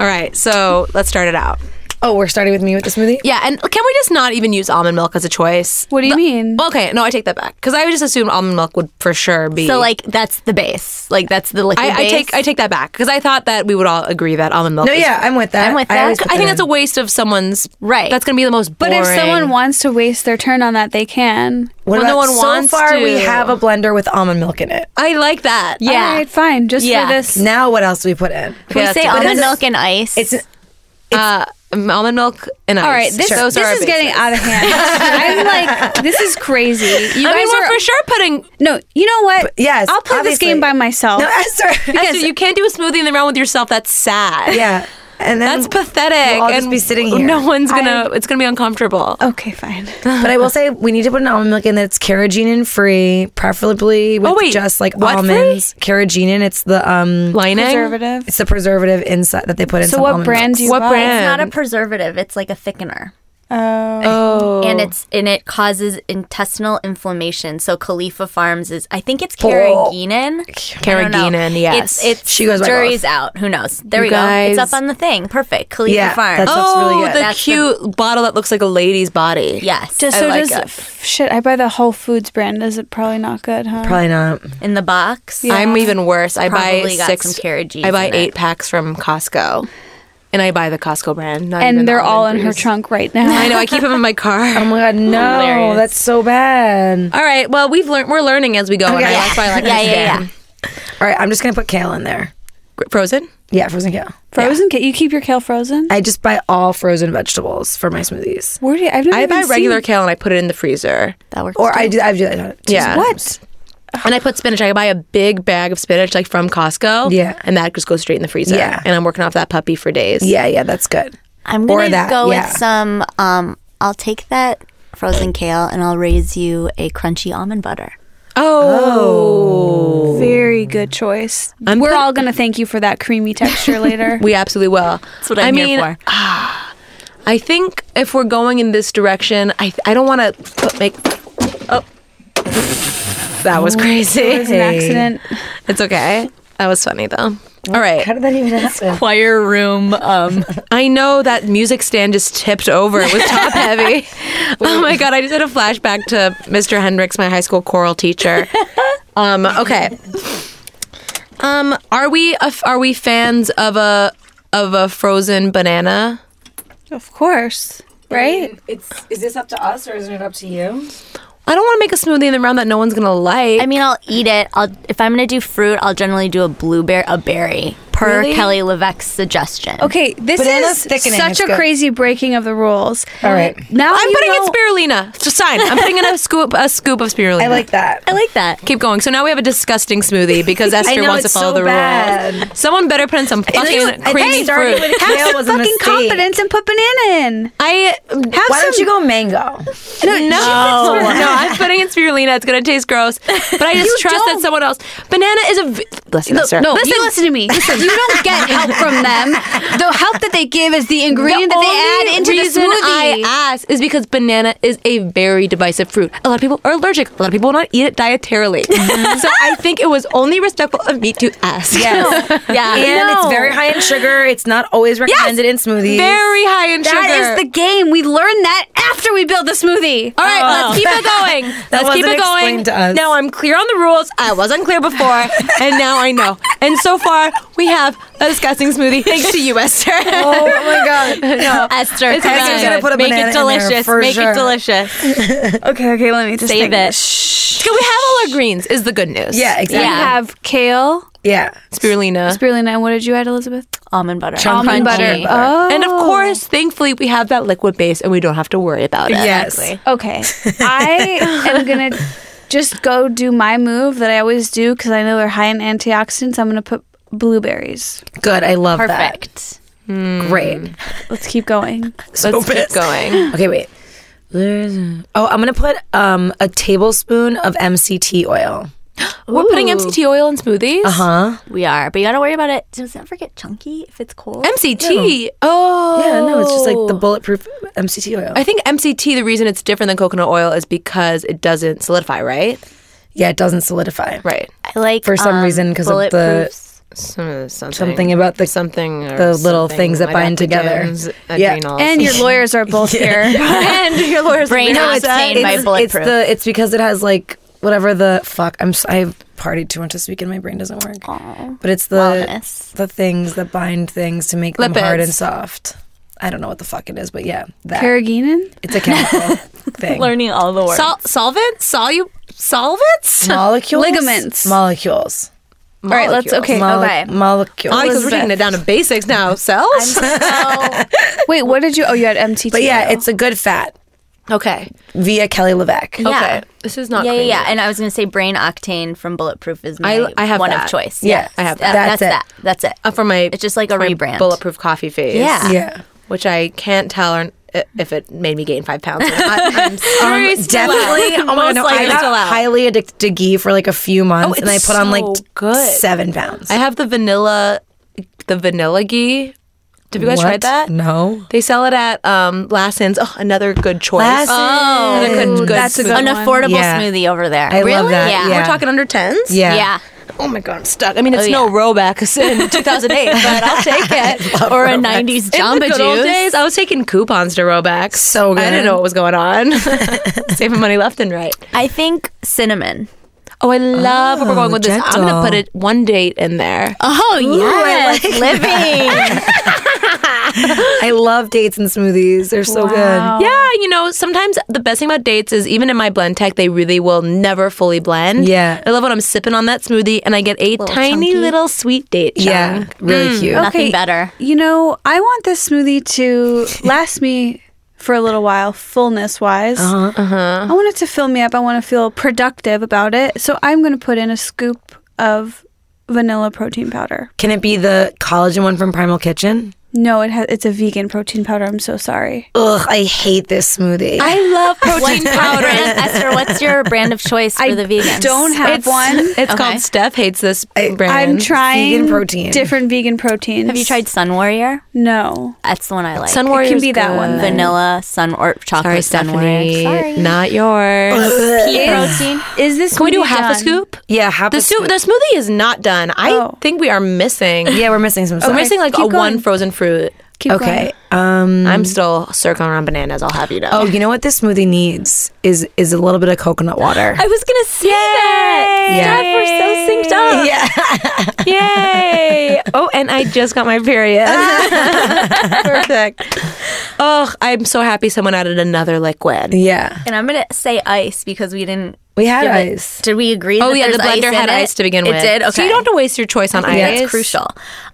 all right, so let's start it out. Oh, we're starting with me with the smoothie. Yeah, and can we just not even use almond milk as a choice? What do you mean? Okay, no, I take that back because I would just assume almond milk would for sure be. So like that's the base. Like that's the liquid I, I base. take I take that back because I thought that we would all agree that almond milk. No, is- yeah, I'm with that. I'm with I, always that. I put think in. that's a waste of someone's Right. That's gonna be the most. but Boring. if someone wants to waste their turn on that, they can. What Well, no about- one so wants far, we to. have a blender with almond milk in it. I like that. Yeah. All right, fine. Just Yeah. for this. Now, what else do we put in? Can we that's say it. But almond it's- milk and ice. It's Uh, um, almond milk and ice. All right, this, Those are our this bases. is getting out of hand. I'm like, this is crazy. You I guys mean, we're are for sure putting. no. You know what? yes, I'll play this obviously. game by myself. no Esther. Because you can't do a smoothie in the round with yourself. That's sad. yeah, and then That's pathetic. We'll all just and be sitting here. No one's gonna. I- it's gonna be uncomfortable. okay, fine. But I will say we need to put an almond milk in that's carrageenan free, preferably with Oh, wait. just like What free? almonds. Carrageenan, it's the um, Lining. Preservative. it's the preservative inside that they put in. So some what almond brand milks. do you What buy? brand? It's not a preservative. It's like a thickener, Oh, Oh. and it's and it causes intestinal inflammation. So Khalifa Farms is. I think it's carrageenan. I don't know. Carrageenan, yes. It's, it's She goes by jury's out. Who knows? There You we go. It's guys- up on the thing. Perfect. Khalifa Yeah, Farms. that's- oh, really good. the That's the- cute bottle that looks like a lady's body. yes. Oh, Does- I so like does it. f- shit? I buy the Whole Foods brand. Is it probably not good? Huh? Probably not. in the box. I'm even worse. I buy Probably got six. some carrageenan I buy in it. eight packs from Costco, and I buy the Costco brand. not even And they're the all in almond her grease. trunk right now. I know. I keep them in my car. Oh my god, no, Hilarious. that's so bad. All right. Well, we've learned. We're learning as we go, and I, Okay. that's why I like Uh, Yeah, this yeah, game. All right, I'm just gonna put kale in there. Gr- Frozen. Yeah, frozen kale. Frozen? ca- You keep your kale frozen? I just buy all frozen vegetables for my smoothies, Where do you? I've never I buy even regular seen- kale and I put it in the freezer. That works. or I do I do that. too. Yeah. What? And I put spinach. I buy a big bag of spinach, like from Costco. Yeah. And that just goes straight in the freezer. Yeah. And I'm working off that puppy for days. Yeah, yeah, that's good. I'm Or gonna that, go yeah. with some. Um, I'll take that frozen kale and I'll raise you a crunchy almond butter. Oh. Oh. Very good choice. I'm We're put- all gonna thank you for that creamy texture later. We absolutely will. That's what I'm I mean, here for. I think if we're going in this direction, I I don't want to make. Oh, that Oh. was it crazy. was an accident. It's okay. That was funny though. All How right. did that even happen? Choir room. Um, I know that music stand just tipped over. It was top heavy. oh my god! I just had a flashback to Mr. Hendricks, my high school choral teacher. Um. Okay. Um. Are we a, are we fans of a of a frozen banana? Of course. Right? It's is this up to us or is it up to you? I don't want to make a smoothie in the round that no one's gonna like. I mean, I'll eat it. I'll if I'm gonna do fruit, I'll generally do a blueberry, a berry, per Really? Kelly Levesque's suggestion. Okay, this Banana is thickening such is a good. crazy breaking of the rules. All right. Now I'm you putting know- in spirulina. Just sign. I'm putting in a scoop a scoop of spirulina. I like that. I like that. Keep going. So now we have a disgusting smoothie because Esther know, wants to it's follow so the bad. rules. Someone better put in some fucking creamy fruit. Have some fucking confidence and put banana in. I have Why some. don't you go mango? no, no, I'm putting in spirulina. It's gonna taste gross, but I just trust that don't- someone else. Banana is a v- listen, Esther. no, listen, you listen to me. Listen, you don't get help from them. The help that they give is the ingredient that they add into the reason I smoothie. ask is because banana is a very divisive fruit. A lot of people are allergic. A lot of people will not eat it dietarily. so I think it was only respectful of me to ask. Yes. Yeah. And it's very high in sugar. It's not always recommended in smoothies. Very high in sugar. That is the game. We learned that after we build the smoothie. All right, let's keep it going. Let's keep Oh. wasn't it going. explained to us. Now I'm clear on the rules. I wasn't clear before, and now I know. And so far, we have a disgusting smoothie thanks to you, Esther. Oh my god. no. Esther, It's come Esther's on. gonna put a make banana it in there delicious. for make sure. it delicious. Okay, okay, let me just Save think. it. Can we have all our greens? Is the good news? Yeah, You exactly. Yeah. have kale, Yeah. spirulina. spirulina, and what did you add, Elizabeth? Almond butter. Almond butter. Oh. And of course, thankfully, we have that liquid base, and we don't have to worry about it. Yes. Okay. I am going to just go do my move that I always do because I know they're high in antioxidants. I'm going to put blueberries. Good. I love Perfect. that. Great. Let's keep going. Let's keep pissed. going. Okay, wait. There's a- Oh, I'm gonna put um a tablespoon of MCT oil. We're putting MCT oil in smoothies. Uh Huh? We are, but you gotta worry about it. Does that ever get chunky if it's cold? MCT. Oh. Yeah, no, it's just like the bulletproof MCT oil. I think MCT, the reason it's different than coconut oil is because it doesn't solidify, right? yeah, it doesn't solidify. Right. I like For some um, reason, 'cause of the- bulletproofs. Some, something, Something about the something or the little something things that with bind together. adaptogens, Yeah. adrenals. And your lawyers are both here. and your lawyer's Brain no, it's- Abstained by it's bulletproof. the it's because it has like whatever the fuck. I'm s- I've partied too much this weekend. My brain doesn't work. But it's the Wellness. the things that bind things to make them hard Lipids. and soft. I don't know what the fuck it is, but yeah, that Carrageenan? it's a chemical thing. Learning all the words. Sol- solvents? Solu- solvents? Molecules, Ligaments. molecules. All right, let's- okay. Mole- okay. molecules. Molecules, we're taking it down to basics now. Cells? Oh. Wait, what did you? Oh, you had MTT. But yeah, oil. it's a good fat okay. via Kelly Levesque. Yeah. Okay. This is not yeah, yeah, creamy. yeah. And I was gonna say brain octane from Bulletproof is my I- I have one that. of choice. Yeah, Yes, I have that. that- That's, That's that. That's it. Uh, for my It's just like a for my rebrand. bulletproof coffee phase. Yeah. Yeah. Which I can't tell or, if it made me gain five pounds. or not. I'm sorry. still Um, Definitely. out. Oh my god, Most no, I likely got still out. highly addicted to ghee for like a few months, Oh, and I it's put on like so good. seven pounds. I have the vanilla, the vanilla ghee. Have you guys What? tried that? No. They sell it at um, Lassen's. Oh, another good choice. Oh, Another good, good that's a smoothie. good An one. affordable Yeah. smoothie over there. I love that. Yeah. We're talking under tens. Yeah. Yeah. Oh my god, I'm stuck. I mean, it's no Roback in 2008, but I'll take it. Or a '90s In the Jamba good old Juice. days, I was taking coupons to Roback. So I good. didn't know what was going on. Saving money left and right. I think cinnamon. Oh, I love where we're going with this. I'm gentle. gonna put it one date in there. Oh yes, living. I love dates and smoothies. They're so good. Yeah, you know, sometimes the best thing about dates is even in my blend tech, they really will never fully blend. Yeah. I love when I'm sipping on that smoothie and I get a tiny chunky. little sweet date. chunk. Mm. Yeah. Really cute. Nothing better. You know, I want this smoothie to last me for a little while, fullness wise. Uh-huh. I want it to fill me up. I want to feel productive about it. So I'm going to put in a scoop of vanilla protein powder. Can it be the collagen one from Primal Kitchen? No, it has it's a vegan protein powder. I'm so sorry. Ugh, I hate this smoothie. I love protein powder. Brand, Esther, what's your brand of choice for the vegans? Don't have It's one. It's Okay. called Steph hates this brand. I'm trying vegan protein. different vegan proteins. Have you tried Sun Warrior? No. That's the one I like. Sun Warrior be is that one good. vanilla sun or Sorry, chocolate sun Stephanie. warrior. Sorry. Not yours. Pea protein. Is this Can we do smoothie half a done? scoop? yeah, half The a soup, scoop. the smoothie is not done. I Oh. think we are missing. Yeah, we're missing some. Oh, We're stuff. missing like Keep a going. one frozen fruit. Keep Okay. going. Um. I'm still circling around bananas. I'll have you know. Oh, you know what this smoothie needs is is a little bit of coconut water. I was gonna say that. Yeah. Steph, we're so synced up. yeah. Yay! Oh, and I just got my period. Perfect. Oh, I'm so happy someone added another liquid. Yeah. And I'm gonna say ice because we didn't. We had give it- ice. Did we agree? Oh that yeah, the there's ice blender in had it? ice to begin with. It did. Okay. So you don't have to waste your choice on ice. That's crucial.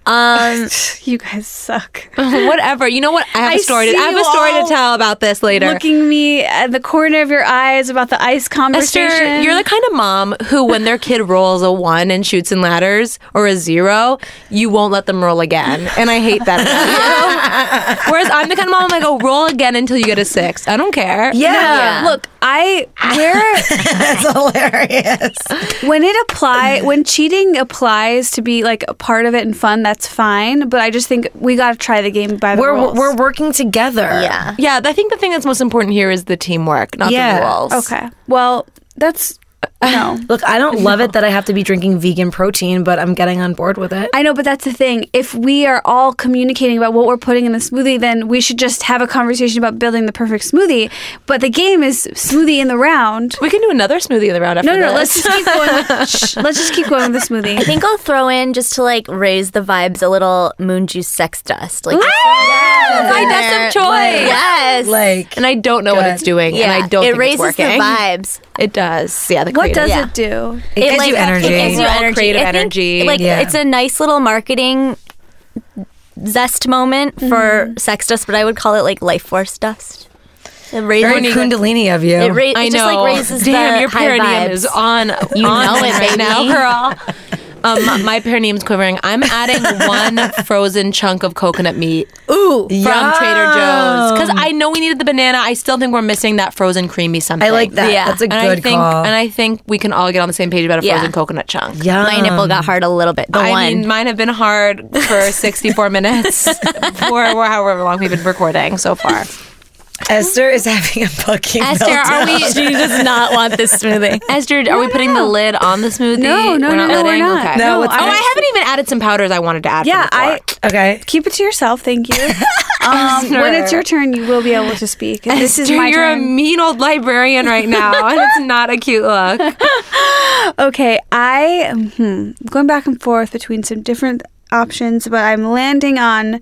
Um, You guys suck. Whatever. You know what? I have I a story. To, see I have you a story all to tell about this later. Looking me at the corner of your eyes about the ice conversation. Esther, you're the kind of mom who, when their kid rolls a one and shoots in ladders or a zero, you won't let them roll again. And I hate that. about you. Whereas I'm the kind of mom I'm like, oh, roll again until you get a six. I don't care. Yeah. Look, I where That's hilarious. when it apply when cheating applies to be like a part of it and fun, that's fine. But I just think we got to try the game by the We're rules. we're working together. yeah. Yeah, I think the thing that's most important here is the teamwork, not Yeah. the rules. okay. Well, that's uh, no. Look, I don't love it that I have to be drinking vegan protein, but I'm getting on board with it. I know, but that's the thing. If we are all communicating about what we're putting in the smoothie, then we should just have a conversation about building the perfect smoothie. But the game is smoothie in the round. We can do another smoothie in the round after No, no, no, this. let's just keep going. With, shh, let's just keep going with the smoothie. I think I'll throw in just to like raise the vibes a little moon juice sex dust. Like Yes! My dust of choice. Yes. Like And I don't know what Good. it's doing, yeah. and I don't think it it's raises the working. vibes. It does. Yeah, the what creative- does Yeah. it do? it, gives you energy. It gives you Overall energy. creative I think, energy. Like Yeah. it's a nice little marketing zest moment Mm-hmm. for sex dust, but I would call it like life force dust. It raises. Very kundalini of you. it, ra- I it know. just like raises Damn, the your high perineum vibes. is on. You on know it, right now, baby. girl. Um, my- my perineum's quivering. I'm adding one frozen chunk of coconut meat Ooh, from Trader Joe's because I know we needed the banana. I still think we're missing that frozen creamy something. I like that. Yeah. That's a And good and I think, call. And I think we can all get on the same page about a Yeah. frozen coconut chunk. Yum. My nipple got hard a little bit. The Um, I one. mean, mine have been hard for 64 minutes for, for however long we've been recording so far. Esther is having a fucking Esther, are we? She does not want this smoothie. Esther, are we putting the lid on the smoothie? No, no, We're no, not no, we're letting? not. Okay. No, oh, it's I not. haven't even added some powders I wanted to add. Yeah, from I before. okay? keep it to yourself. Thank you. Um, when it's your turn, you will be able to speak. this is Esther, my you're a turn. mean old librarian right now, and it's not a cute look. okay, I hmm, I'm going back and forth between some different options, but I'm landing on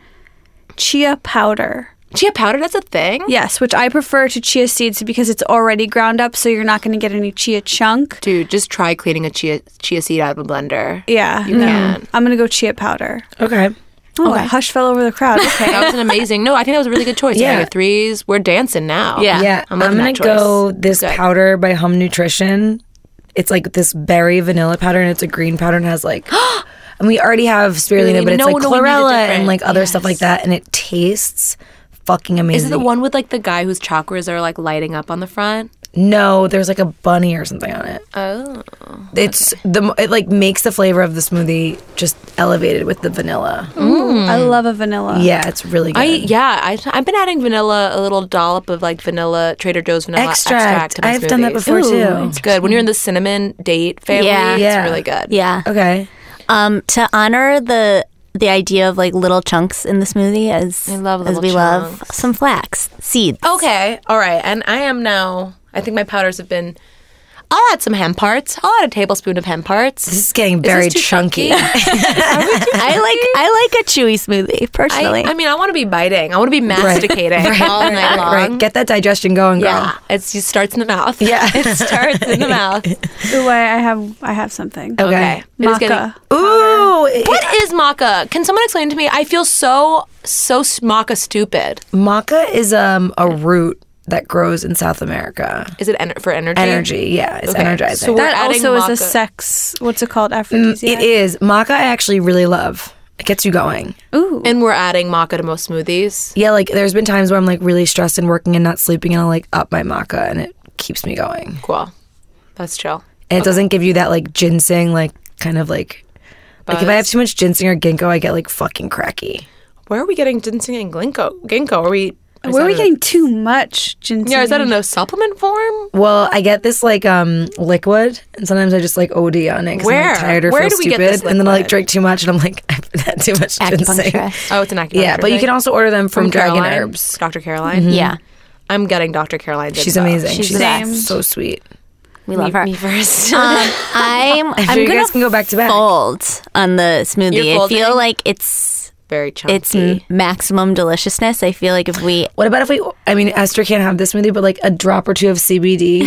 chia powder. Chia powder, that's a thing. Yes, which I prefer to chia seeds because it's already ground up, so you're not going to get any chia chunk. Dude, just try cleaning a chia chia seed out of a blender. Yeah, You can. I'm gonna go chia powder. Okay. Oh, a hush fell over the crowd. Okay. That was an amazing. No, I think that was a really good choice. Yeah. Yeah, your threes. We're dancing now. Yeah. Yeah, I'm I'm, loving gonna that choice. go this powder by Home Nutrition. It's like this berry vanilla powder, and it's a green powder, and has like, and we already have spirulina, Really? but it's No, like no, we need a chlorella and different- like other stuff like that, and it tastes fucking Is amazing. it the one with like the guy whose chakras are like lighting up on the front? No, there's like a bunny or something on it. Oh. It's the mo- it like makes the flavor of the smoothie just elevated with the vanilla. Hmm. I love a vanilla. Yeah, it's really good. Mm. I yeah, I, I've been adding vanilla, a little dollop of like vanilla Trader Joe's vanilla extract. Extract. to my I've done that smoothies. before, Ooh, too. It's good when you're in the cinnamon date family. Yeah. it's Yeah. really good. yeah. okay. Um, to honor the the idea of like little chunks in the smoothie as I love as little we love some flax seeds. Okay, all right, and I am now. I think my powders have been. I'll add some hemp parts. I'll add a tablespoon of hemp parts. This is getting very too chunky. I like I like a chewy smoothie I, personally. I mean, I want to be biting. I want to be masticating all night long. right, get that digestion going, girl. Yeah, it's, it starts in the mouth. Yeah, it starts in the mouth. Okay, Ooh, I, I have I have something. Oh, Okay. It is Maca. getting- Ooh, also it- What is maca? Can someone explain to me? I feel so so s- maca stupid. maca is um a root that grows in South America. Is it ener- for energy? Energy, yeah, it's Okay. energizing. So we're that adding also is a maca. Mm, sex. What's it called? Aphrodisiac. It is maca. I actually really love. It gets you going. Ooh. And we're adding maca to most smoothies. Yeah, like there's been times where I'm like really stressed and working and not sleeping, and I'll like up my maca, and it keeps me going. Cool. That's chill. And it doesn't give you that like ginseng, like kind of like like if I have too much ginseng or ginkgo, I get like fucking cracky. Where are we getting ginseng and ginkgo? Ginkgo? Are we? is Where are that we a- getting too much ginseng? Yeah, is that in a supplement form? Well, I get this like um liquid, and sometimes I just like OD on it because I'm Where? like, tired or Where feel do we get stupid, this and then I like liquid? drink too much, and I'm like I've had too much ginseng. Acupuncturist. Oh, it's an acupuncture. Yeah, but you thing. can also order them from, Dragon Caroline, Herbs. Mm-hmm. Dr. Caroline. Yeah. I'm getting Dr. Caroline. She's Dinbo. amazing. She's She's, the best. so sweet. We love her. Me first. Um, I'm I'm sure I'm you gonna guys can go back to back. fold on the smoothie. You're I feel folding? like it's Very chunky. it's maximum deliciousness. I feel like if we What about if we? I mean, Esther can't have this smoothie, but like a drop or two of CBD.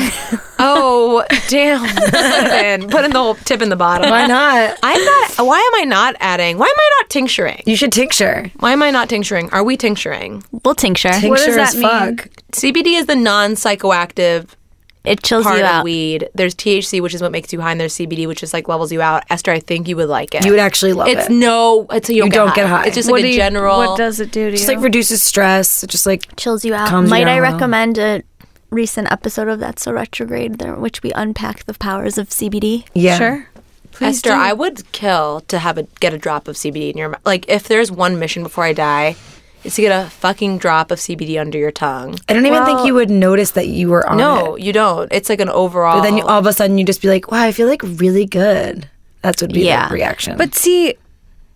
oh damn! Put it in. Put in the whole tip in the bottom. Why not? I'm not. Why am I not adding? Why am I not tincturing? You should tincture. Why am I not tincturing? Are we tincturing? we'll tincture, Tincture does that as fuck. mean? CBD is the non-psychoactive it chills part you of out. weed. There's THC, which is what makes you high, and there's CBD, which is like levels you out. Esther, I think you would like it. You would actually love It's it. no. It's you don't, You get, don't high. get high. It's just What like do a you- general. What does it do to Just you? like reduces stress. Just like chills you out. Calms you Might down I a little. recommend a recent episode of That's So Retrograde, there, which we unpack the powers of CBD. yeah. Sure. Esther, I would kill to have a get a drop of CBD in your mouth. Like if there's one mission before I die, it's to get a fucking drop of CBD under your tongue. I don't even Well- think you would notice that you were on No, it. you don't. It's like an overall. But then you, all of a sudden you just be like, wow, I feel like really good. That's would be Yeah. the reaction. But see,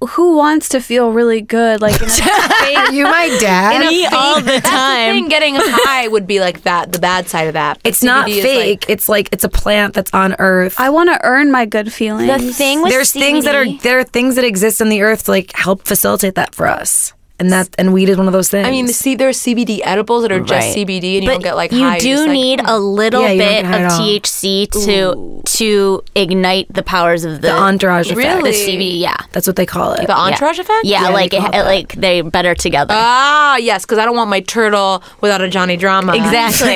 who wants to feel really good? Like in a fake- you my dad. Me all the time. thing, getting high would be like that. The bad side of that. But it's not CBD is fake. Like, it's like it's a plant that's on earth. I want to earn my good feelings. The thing with There's things that are CBD there are things that exist on the earth to like help facilitate that for us. And that and weed is one of those things. I mean, see, there's CBD edibles that are just Right. CBD, and you but don't get like you high. You're do just like, need a little Yeah, you don't bit get high of at all. THC to to ignite the powers of the, the entourage effect. the Really? CBD. Yeah, That's what they call it. the entourage effect. yeah, they like it, call it it- like they're better together. Ah, yes, because I don't want my turtle without a Johnny Drama. exactly.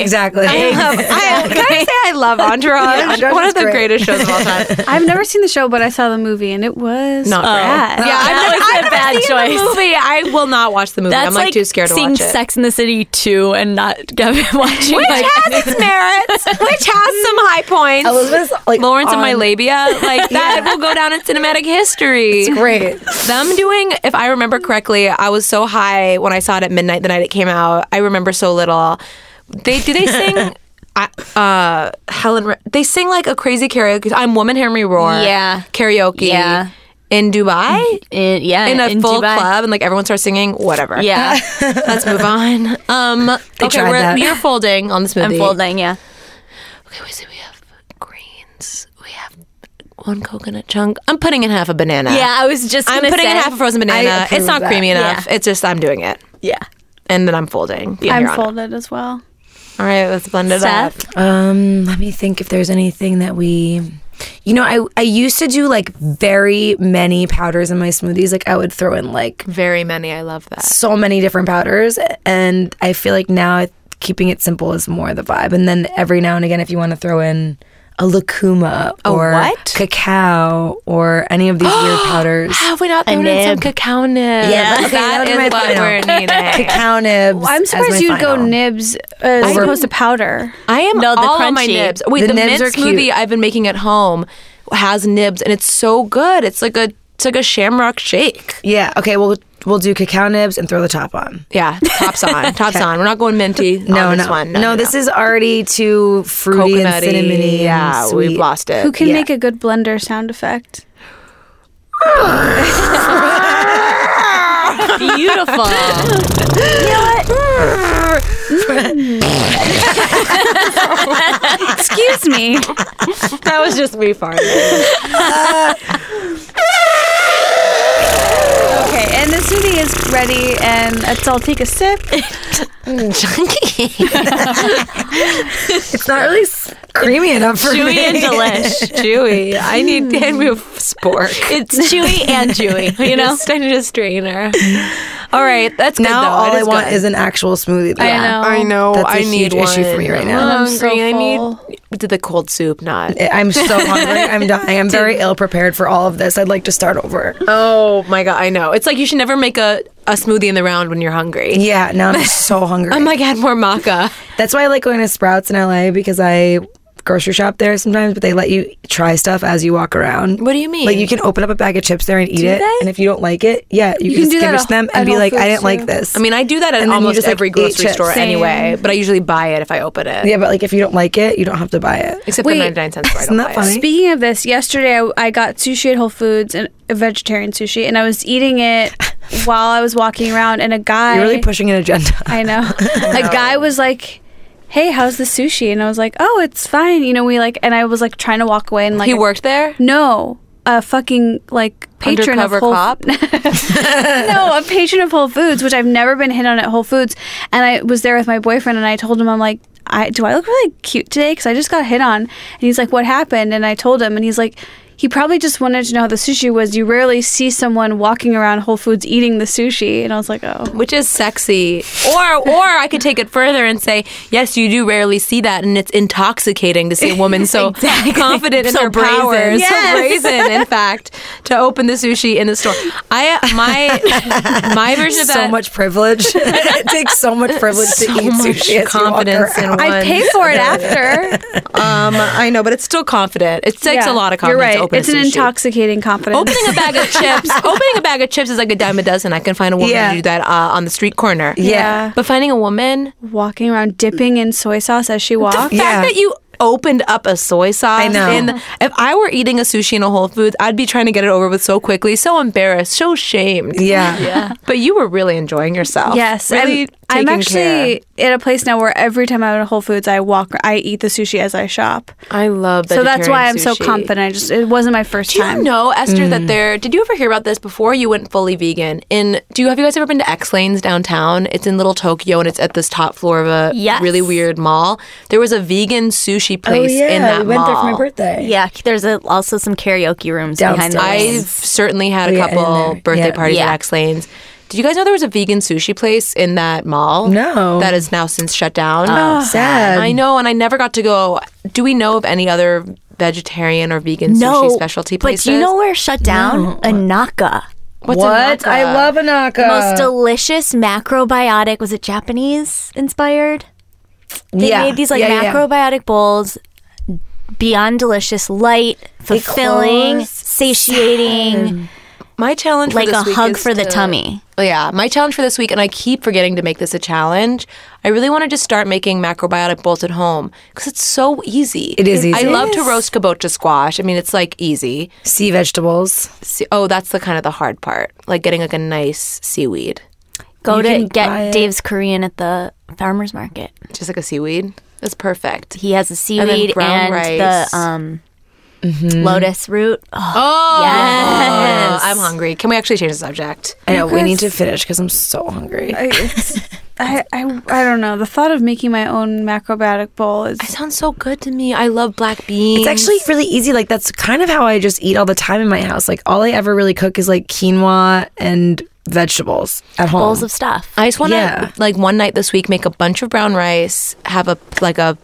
exactly. I, can I say I love Entourage? Entourage One is of the great. greatest shows of all time. I've never seen the show, but I saw the movie, and it was Not bad. Yeah, I've never, Oh. was a I've bad never seen choice. The movie. I will not watch the movie. I'm like, too scared to seeing watch it. Sex in the City two and not watching. which has its merits, which has some high points. Elizabeth's like Lawrence and on- my labia, like that will go down in cinematic history. It's great. Them doing, if I remember correctly, I was so high when I saw it at midnight the night it came out. I remember so little. They do they sing. I- Uh, Helen, Re- they sing like a crazy karaoke. I'm Woman, Hear Me Roar. Yeah. karaoke. Yeah. in Dubai. in, yeah, in a in full Dubai. club and like everyone starts singing whatever Yeah, let's move on um okay tried we're, that. you're folding on this movie I'm folding. Yeah, okay wait, so we have greens we have one coconut chunk i'm putting in half a banana yeah. I was just. i'm gonna putting in say- half a frozen banana approve it's not that. creamy enough Yeah. it's just i'm doing it Yeah, and then i'm folding from here I'm on. folded as well. all right let's blend it Seth? up Um, let me think if there's anything that we you know, I I used to do like very many powders in my smoothies. Like I would throw in like very many i love that so many different powders and I feel like now keeping it simple is more the vibe. And then every now and again if you want to throw in a lucuma or what? cacao or any of these weird powders. have we not thrown in some nib. cacao nibs? Yeah, that- okay, that that would be is my what final. we're needing. Cacao nibs. I'm as my surprised you'd go final. nibs as Over- opposed to powder. I am No, the all on my crunchy. nibs. Wait, the, The nibs mint are cute. smoothie I've been making at home has nibs, and it's so good. It's like a it's like a shamrock shake. Yeah, okay, we'll we'll do cacao nibs and throw the top on. Yeah, tops on, tops on. We're not going minty. No, on Oh, this no. one. no, this is already too fruity coconutty. and cinnamony. and yeah, sweet. we've lost it. Who can Yeah. make a good blender sound effect? beautiful. Excuse me. that was just me farting. Okay, and the smoothie is ready, and it's, I'll take a sip. Chunky. It's not really s- creamy it up for Chewy me. and delish. Chewy. I need hand me a f- spork. It's chewy and chewy, you know? Just- I need a strainer. All right, that's good Now though. all It I want good. is an actual smoothie. though. I know. I know. That's a I need huge issue for one. me right now. Oh, I'm I'm hungry. so I full. need did the cold soup. Not. I'm so hungry. I'm dying. I'm very ill prepared for all of this. I'd like to start over. Oh my god, I know. It's like you should never make a, a smoothie in the round when you're hungry. Yeah, now I'm so hungry. I'm like, add more maca. That's why I like going to Sprouts in LA because I grocery shop there sometimes, but they let you try stuff as you walk around. What do you mean? Like you can open up a bag of chips there and eat it, they? and if you don't like it, yeah, can you, can, do just give that it at- to them at and be Whole like, I Foods, didn't like too. this. I mean, I do that at And then you almost just, like, every eat grocery chips. store Same. anyway, but I usually buy it if I open it. yeah, but like if you don't like it, you don't have to buy it. Except Wait, for 99 cents where I isn't don't that buy it. funny? Speaking of this, yesterday I, I got sushi at Whole Foods and a vegetarian sushi, and I was eating it while I was walking around, and a guy. You're really pushing an agenda. I know. A guy was like, "Hey, how's the sushi?" And I was like, "Oh, it's fine." You know, we like, and I was like trying to walk away, and like, He worked there? No, a fucking like patron Undercover of Whole cop? no, a patron of Whole Foods, which I've never been hit on at Whole Foods. And I was there with my boyfriend, and I told him, I'm like, I do I look really cute today? Because I just got hit on. And he's like, What happened? And I told him, and he's like. He probably just wanted to know how the sushi was. You rarely see someone walking around Whole Foods eating the sushi, and I was like, "Oh, Which is sexy. Or or I could take it further and say, yes, you do rarely see that and it's intoxicating to see a woman so confident in So her brazen. power, Yes. so brazen in fact, to open the sushi in the store. I uh, my my version of that so much privilege. it takes so much privilege to so eat much sushi. as you walk confidence in around. one. I pay for it after." Um, I know, but it's still confident. It takes Yeah, a lot of confidence You're right. to open it's a an sushi. intoxicating confidence. Opening a bag of chips, opening a bag of chips is like a dime a dozen. I can find a woman Yeah. to do that uh, on the street corner. Yeah. but finding a woman, Walking around dipping in soy sauce as she the walks. Yeah. fact that you opened up a soy sauce. I know. in- if I were eating a sushi in a Whole Foods, I'd be trying to get it over with so quickly, so embarrassed, so shamed. Yeah. But you were really enjoying yourself. Yes, really I'm, taking I'm actually at a place now where every time I'm at Whole Foods, I walk, I eat the sushi as I shop. care. I love. So that's why I'm vegetarian so sushi. confident. I just it wasn't my first Do time. you know, Esther, that there? Did you ever hear about this before you went fully vegan? In do you have you guys ever been to X Lanes downtown? It's in Little Tokyo, and it's at this top floor of a Yes. really weird mall. There was a vegan sushi place in that Oh, we went mall. there for my birthday. Yeah, there's a, also some karaoke rooms behind the Downstairs. I've lanes. certainly had a yeah, in couple there. birthday Yeah. parties Yeah. at X Lanes. Did you guys know there was a vegan sushi place in that mall? No. Oh, that is now since shut down. Sad. I know, and I never got to go. Do we know of any other vegetarian or vegan sushi specialty places? But do you know where shut down? Anaka. What's What? In I Naka? love Anaka. Most delicious macrobiotic. Was it Japanese inspired? They made these like macrobiotic bowls. Beyond delicious, light, fulfilling, close. satiating, My challenge like for this a week hug is for the to- tummy. Yeah, my challenge for this week, and I keep forgetting to make this a challenge. I really want to just start making macrobiotic bowls at home because it's so easy. It is I easy. love to roast kabocha squash. I mean, it's like easy. sea vegetables. See, oh, that's the kind of the hard part, like getting like a nice seaweed, Go to buy get it. Dave's Korean at the farmer's market. just like a seaweed. That's perfect. He has a then seaweed brown and, rice. the um, lotus root. Oh, Mm-hmm. Oh, Yes. I'm hungry. Can we actually change the subject? I know we need to finish because I'm so hungry. I, it's- I, I I don't know. The thought of making my own macrobiotic bowl is It sounds so good to me. I love black beans. It's actually really easy. Like that's kind of how I just eat all the time in my house. Like all I ever really cook is like quinoa and vegetables at home. bowls of stuff. I just want to Yeah. like one night this week make a bunch of brown rice, have a like a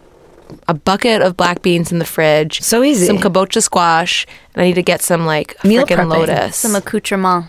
a bucket of black beans in the fridge. So easy. Some kabocha squash, and I need to get some like Meal freaking prepping. lotus. Some Oh. accoutrement.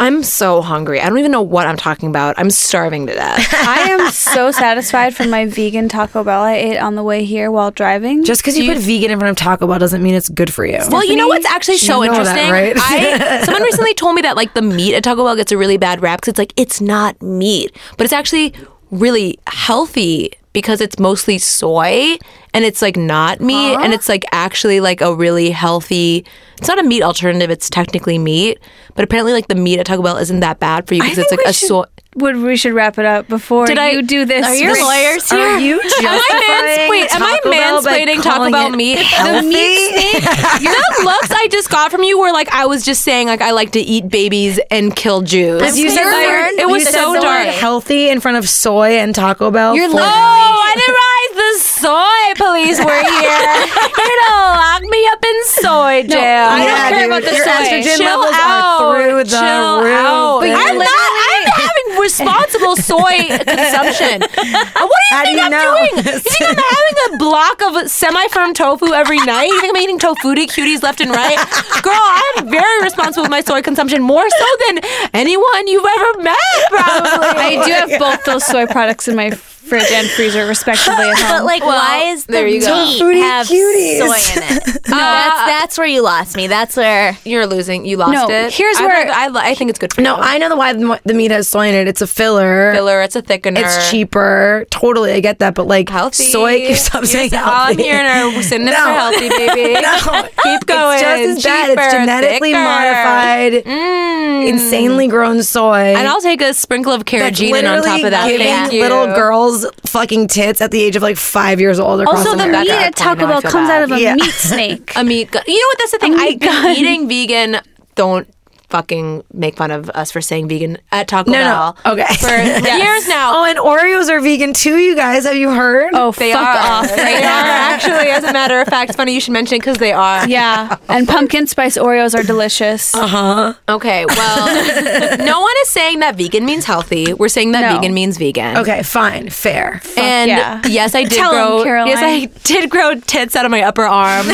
I'm so hungry. I don't even know what I'm talking about. I'm starving to death. I am so satisfied from my vegan Taco Bell I ate on the way here while driving. just because you, put vegan in front of Taco Bell doesn't mean it's good for you. Well, you know what's actually so You know that, interesting? right? I, someone recently told me that like the meat at Taco Bell gets a really bad rap because it's like it's not meat, but it's actually really healthy because it's mostly soy and it's like not meat and it's like actually like a really healthy. It's not a meat alternative; it's technically meat, but apparently like the meat at Taco Bell isn't that bad for you because it's like a soy. Would we should wrap it up before Did I- you do this? Are your This- lawyers here? Are you Am I mans- justifying wait, am I Taco Bell by mansplaining Taco calling Bell it meat? healthy? the looks I just got from you were like I was just saying like I like to eat babies and kill Jews. I'm You said Your the word- word- it was you said so the word dark. healthy in front of soy and Taco Bell. You're for- Oh, I didn't realize the soy police were here, you'd lock me up in soy jail. I don't Yeah, care dude, about the your soy. estrogen Chill levels out. are through the Chill roof. out. bitch. I'm not. I'm having responsible soy consumption. Uh, What do you How do think you I'm know? doing? You think I'm having a block of semi-firm tofu every night? You think I'm eating tofu to cuties left and right? Girl, I'm very responsible with my soy consumption, more so than anyone you've ever met, probably. I do have both those soy products in my fridge and freezer, respectively. At But home. like, why is the there you go. meat Fruity have cuties. soy in it? no, that's that's where you lost me. That's where Uh, You're losing. You lost No, it. here's I where- think- I, lo- I think it's good for No, you. I know the why the the meat has soy in it. It's a filler. filler. It's a thickener. It's cheaper. Totally, I get that. But like Healthy. soy, keep stop You're saying so- healthy. All I'm hearing are synonyms No. for healthy, baby. No. Keep going. It's just as bad. It's Cheaper, genetically thicker. Mm. modified, insanely grown soy. And I'll take a sprinkle of That's carrageenan on top of that. giving Thank you. little girls fucking tits at the age of like five years old. Across also the America. meat That's at our point. Taco Now I Bell feel comes bad. out of a Yeah. meat snake. A meat gu- You know what? That's the thing. I eating vegan. Don't fucking make fun of us for saying vegan at Taco No, no. Bell. Okay. For years now. Oh, and Oreos are vegan too. You guys, have you heard? oh, They fuck are off. off right now. Actually, as a matter of fact, it's funny you should mention it because they are. Yeah, and pumpkin spice Oreos are delicious. Oh, Okay, well, no one is saying that vegan means healthy. We're saying that No. vegan means vegan. okay, fine, fair. And yeah. yes, I did Tell 'em, grow. Caroline. yes, I did grow tits out of my upper arms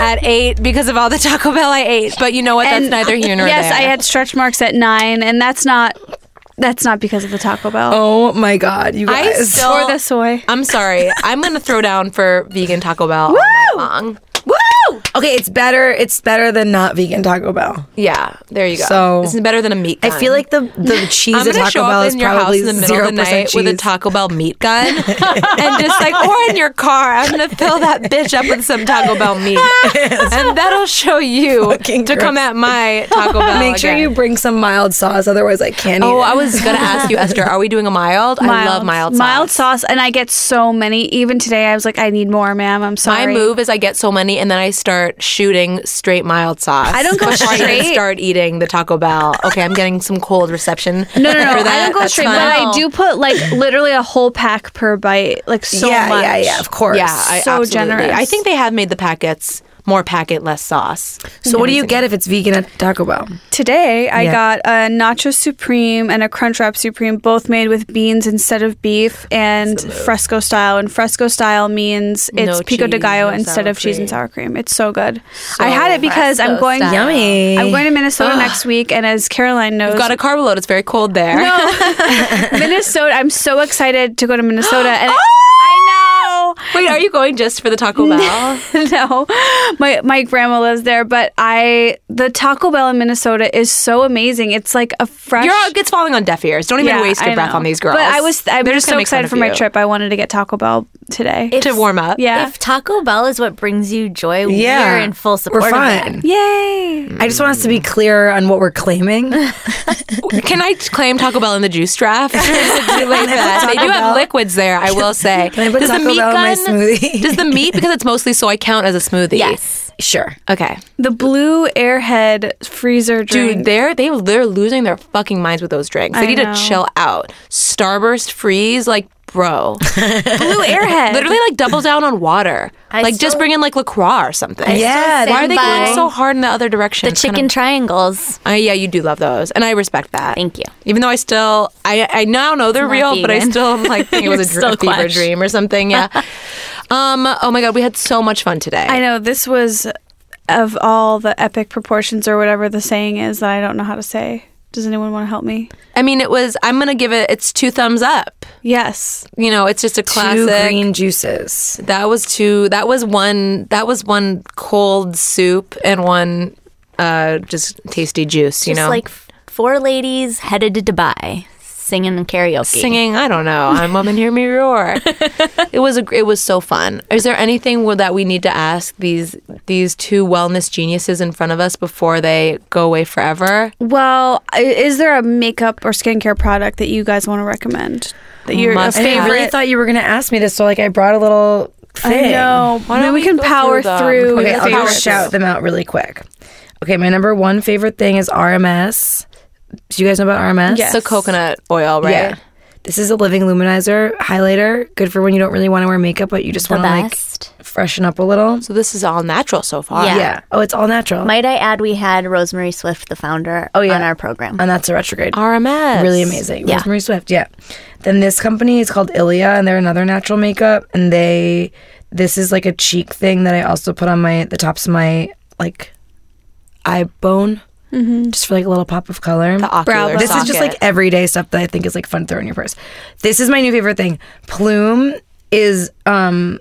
at eight because of all the Taco Bell I ate. But you know what? That's And neither here nor yes, there. I had stretch marks at nine, and that's not that's not because of the Taco Bell Oh my god, you I guys. still. or the soy. I'm sorry. I'm gonna throw down for vegan Taco Bell all night long. Woo! Okay, it's better. It's better than not vegan Taco Bell. Yeah, there you go. So- this is better than a meat. I Gun. feel like the the cheese I'm at gonna Taco show Bell up is in your house probably in the middle zero of the night percent cheese. with a Taco Bell meat gun, and just like, or in your car, I'm gonna fill that bitch up with some Taco Bell meat, and that'll show you Fucking to come gross. at my Taco Bell. Make sure again. you bring some mild sauce, otherwise I can't. Oh, eat it. I was gonna ask you, Esther. Are we doing a mild? I love mild sauce. Mild sauce, and I get so many. Even today, I was like, I need more, ma'am. I'm My sorry. move is I get so many, and then I start shooting straight mild sauce. I don't go before I even straight. Start eating the Taco Bell. Okay, I'm getting some cold reception. No, no, no. for that. I don't go That's straight, fine. but I do put like literally a whole pack per bite, like so yeah, much. yeah, yeah. Of course. Yeah, I, So absolutely. generous. I think they have made the packets more packet, less sauce. So what do you get if it's vegan at Taco Bell? Today, I Yeah. got a Nacho Supreme and a Crunchwrap Supreme, both made with beans instead of beef and fresco style. And fresco style means it's No pico de cheese, gallo no instead sour of cheese and cream. sour cream. It's so good. I had it because I'm fresco going. style. Yummy. I'm going to Minnesota next week, and as Caroline knows, I've got a carb load. It's very cold there. Minnesota. I'm so excited to go to Minnesota, and I- I know. Wait, are you going just for the Taco Bell? no, my my grandma lives there, but I the Taco Bell in Minnesota is so amazing. It's like a fresh. You're all, it's falling on deaf ears. Don't even Yeah, waste your I breath know. on these girls. But I was I'm They're just gonna so make fun excited of for my you. trip. I wanted to get Taco Bell today. to warm up. yeah. if Taco Bell is what brings you joy, Yeah, we're in full support We're of fine. that. Yay! I just want us to be clear on what we're claiming. Can I claim Taco Bell in the juice draft? It's too late for that. They do have Bell? liquids there, I will say. Can I put does Taco the meat Bell in my gun? smoothie? does the meat because it's mostly soy count as a smoothie? Yes. sure. Okay. The blue Airhead freezer drink. Dude, they're they they're losing their fucking minds with those drinks. They I need know. to chill out. Starburst freeze, like bro. blue Airhead. Literally like double down on water. I like just still- bring in like LaCroix or something. Yeah, Why are they going By so hard in the other direction? The It's kind chicken triangles. of- Uh, yeah, you do love those, and I respect that. Thank you. Even though I still, I I now know they're not real, but I vegan. still am like think it was a, dr- Still a fever clutch. dream or something. Yeah. um. Oh my god, we had so much fun today. I know this was of all the epic proportions or whatever the saying is that I don't know how to say. Does anyone want to help me? I mean, it was. I'm gonna give it. It's two thumbs up. Yes. You know, it's just a classic. Two green juices. That was two. That was one. That was one cold soup and one uh just tasty juice. You Just know, like f- four ladies headed to Dubai singing karaoke. singing. I don't know. I'm woman, hear me roar. it was a. gr- It was so fun. Is there anything where- that we need to ask these these two wellness geniuses in front of us before they go away forever? Well, i- is there a makeup or skincare product that you guys want to recommend that your Must I have. favorite? Favorite- really thought you were gonna ask me this, so like I brought a little thing. I know. Why don't Maybe we we can go power through them? through. We Okay, have I'll favorites. just shout them out really quick. Okay, my number one favorite thing is RMS. Do you guys know about RMS? Yes. It's the coconut oil, right? Yeah. This is a living luminizer highlighter, good for when you don't really want to wear makeup, but you just The want to like best. freshen up a little. So this is all natural so far. Yeah. Yeah. Oh, it's all natural. Might I add, we had Rosemary Swift, the founder, Oh, yeah. on our program. and that's a retrograde. RMS. Really amazing. Yeah. Rosemary Swift, yeah. Then this company is called Ilia and they're another natural makeup and they this is like a cheek thing that I also put on my the tops of my like eye bone. Mm-hmm. Just for like a little pop of color. The ocular Brow bone. this is just like socket. everyday stuff that I think is like fun to throw in your purse. This is my new favorite thing. Plume is um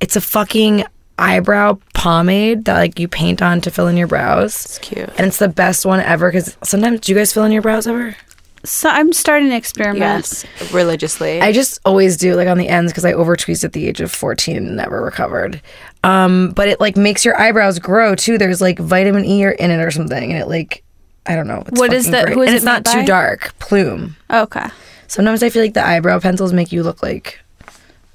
it's a fucking eyebrow pomade that like you paint on to fill in your brows. It's cute. And it's the best one ever because sometimes do you guys fill in your brows ever? So I'm starting to experiment. Yes. Religiously. I just always do like on the ends because I over tweezed at the age of 14 and never recovered. Um, but it like makes your eyebrows grow too. There's like vitamin E or in it or something, and it like I don't know. It's What is fucking the- great. who is and it it's not made too by? dark. Plume. Okay. Sometimes I feel like the eyebrow pencils make you look like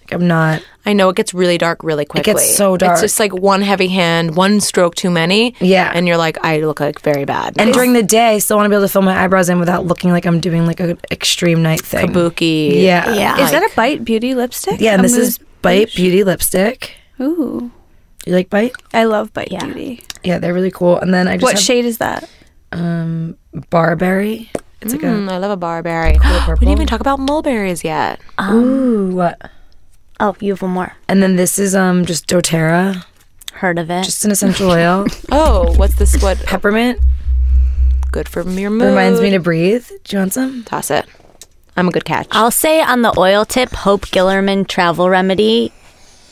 like I'm not. I know it gets really dark really quickly. gets so dark. It's just like one heavy hand, one stroke too many. Yeah. And you're like, I look like very bad. And during the day, I still want to be able to fill my eyebrows in without looking like I'm doing like an extreme night thing. kabuki. Yeah. Yeah. is that a Bite Beauty lipstick? Yeah, and A this is mousse- Bite Beauty lipstick. Ooh, You like Bite? I love Bite Yeah. Beauty. Yeah, they're really cool. And then I just What have, shade is that? um barberry. It's like a Mm, I love a barberry. purple. we didn't even talk about mulberries yet. ooh what? Oh, you have one more. And then this is um just DoTerra, Heard of it? just an essential oil, Oh, what's this? What peppermint. good for your mood? Reminds me to breathe. Do you want some? toss it. I'm a good catch. I'll say on the oil tip, Hope Gillerman travel remedy.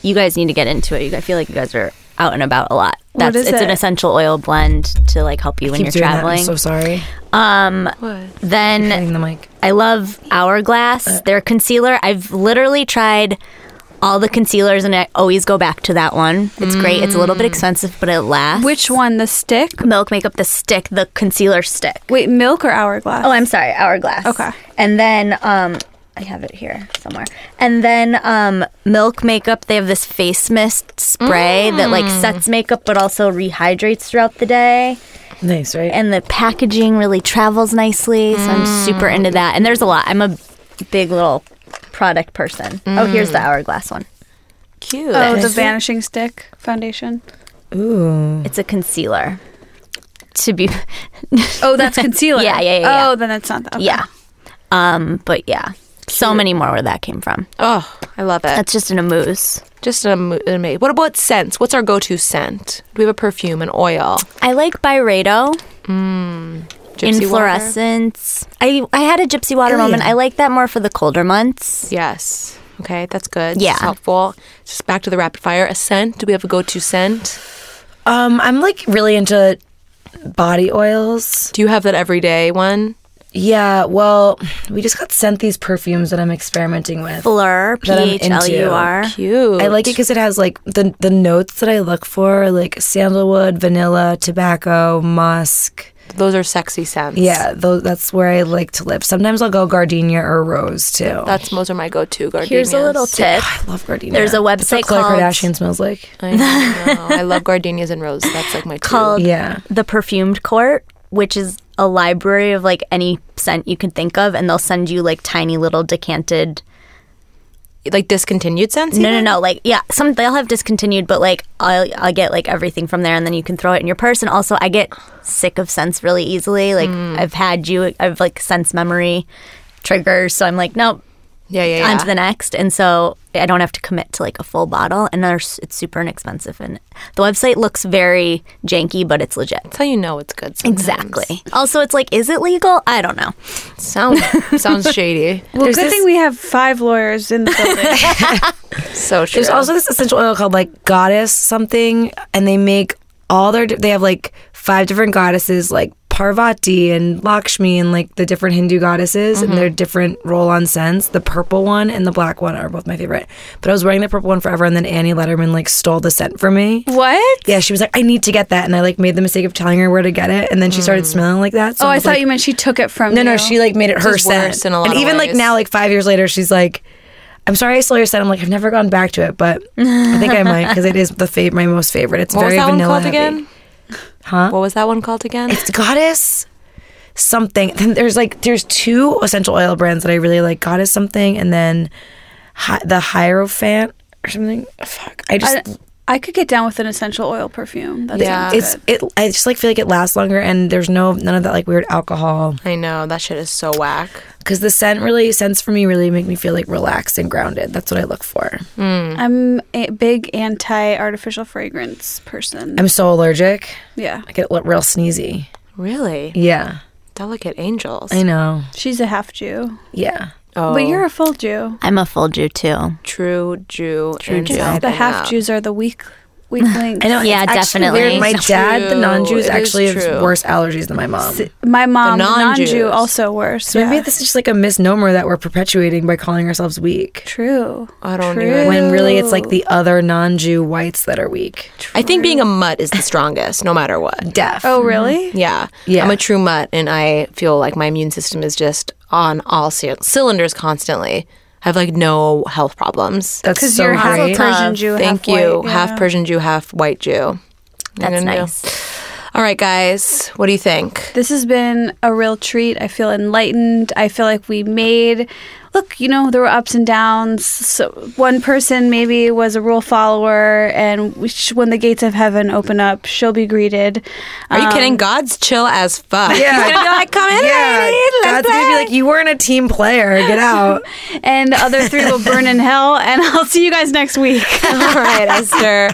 You guys need to get into it. You- I feel like you guys are out and about a lot. That's is it's an it? essential oil blend to like help you when you're Keep doing that. I'm traveling. so sorry. um What? then Hitting the mic. I love Uh, Hourglass, their concealer. I've literally tried all the concealers and I always go back to that one. It's great. It's a little bit Mm. expensive, but it lasts. Which one? The stick? Milk Makeup the stick, the concealer stick. Wait, milk or hourglass? Oh, I'm sorry, Hourglass. Okay. And then um I have it here somewhere. And then um Milk Makeup, they have this face mist spray that like sets makeup but also rehydrates throughout the day. Nice, right? And the packaging really travels nicely, so I'm super into that. And there's a lot. I'm a big little product person. Oh, here's the Hourglass one. Cute. Oh, the Vanishing Stick foundation. ooh. It's a concealer. Mm. To be Oh, that's concealer. Yeah, yeah, yeah, yeah. Oh, then it's not that. okay. Yeah. Um, but yeah. So many more where that came from. Oh, I love it. That's just in a mousse. Just an amazing. What about scents? What's our go-to scent? Do we have a perfume, an oil, I like Byredo. gypsy water? Inflorescence. I I had a gypsy water moment. I like that more for the colder months. Yes. Okay, that's good. It's Yeah. just helpful. Just back to the rapid fire. A scent. Do we have a go-to scent? Um, I'm like really into body oils. Do you have that everyday one? Yeah, well, we just got sent these perfumes that I'm experimenting with. Blur, P That I'm H L U R. Cute. I like it because it has like the the notes that I look for, are, like sandalwood, vanilla, tobacco, musk. Those are sexy scents. Yeah, those, that's where I like to live. Sometimes I'll go gardenia or rose too. That's those are my go-to gardenias. Here's a little tip. I love gardenia. There's a That's what website Khloe called- Kardashian smells like. I, know. I love gardenias and rose. That's like my two. Called Yeah. the Perfumed Court, which is a library of like any scent you can think of, and they'll send you like tiny little decanted. like discontinued scents. No, no, even? no. Like yeah, some they'll have discontinued, but like I'll I'll get like everything from there, and then you can throw it in your purse. And also, I get sick of scents really easily. Like I've had you, I've like sense memory triggers, so I'm like nope. Yeah, yeah, yeah. on to the next. And so I don't have to commit to like a full bottle. And there's, it's super inexpensive. And the website looks very janky, but it's legit. That's how you know it's good. sometimes. Exactly. Also, it's like, is it legal? I don't know. Sounds sounds shady. Well, good thing we have five lawyers in the building. So true. There's also this essential oil called like goddess something, and they make all their they have like five different goddesses like Parvati and Lakshmi and like the different Hindu goddesses and Mm-hmm. their different roll-on scents. The purple one and the black one are both my favorite. But I was wearing the purple one forever, and then Annie Letterman like stole the scent from me. Mm. what? Yeah, she was like, I need to get that, and I like made the mistake of telling her where to get it, and then she started smelling like that. So Oh, I was thought like, you meant she took it from. no, no, you. she like made it her is scent. worse in a lot and of even like ways. now, like five years later, she's like, "I'm sorry, I stole your scent." I'm like, "I've never gone back to it, but I think I might because it is the fav- my most favorite. It's what was very that one vanilla called heavy. again? Huh? What was that one called again? It's goddess something. Then there's like there's two essential oil brands that I really like. God is something, and then hi, the Hierophant or something. Fuck, I just I, I could get down with an essential oil perfume. That Yeah. yeah, it's it. I just like feel like it lasts longer, and there's no none of that like weird alcohol. I know that shit is so whack. Because the scent really scents for me really make me feel like relaxed and grounded. That's what I look for. I'm a big anti artificial fragrance person. I'm so allergic. yeah, I get li- real sneezy. Really Yeah, delicate angels. I know. she's a half Jew, Yeah. oh, but you're a full Jew. I'm a full Jew too. true Jew. True Jew. Just the half Jews are the weak weaklings. I know. Yeah, it's actually definitely. weird. My It's dad, the true. non-Jews, It is actually has true. worse allergies than my mom. My mom, The non non-Jews. Jew, also worse. So maybe yeah. this is just like a misnomer that we're perpetuating by calling ourselves weak. true. I don't true. even- When really it's like the other non-Jew whites that are weak. I think being a mutt is the strongest, no matter what. Deaf. Oh, really? Yeah. Yeah. I'm a true mutt and I feel like my immune system is just on all c- cylinders constantly. I have like no health problems. that's Because so you're half great. Persian Jew, Thank half you. white, yeah. Half Persian Jew, half white Jew. You're That's gonna do. nice. All right, guys. What do you think? This has been a real treat. I feel enlightened. I feel like we made look, you know, there were ups and downs. So one person maybe was a rule follower and we sh- when the gates of heaven open up, she'll be greeted. Are you Um, kidding? God's chill as fuck. Yeah. He's gonna be like, come in, Yeah, lady. Let's God's gonna be like, you weren't a team player. Get out. And the other three will burn in hell and I'll see you guys next week. All right, Esther.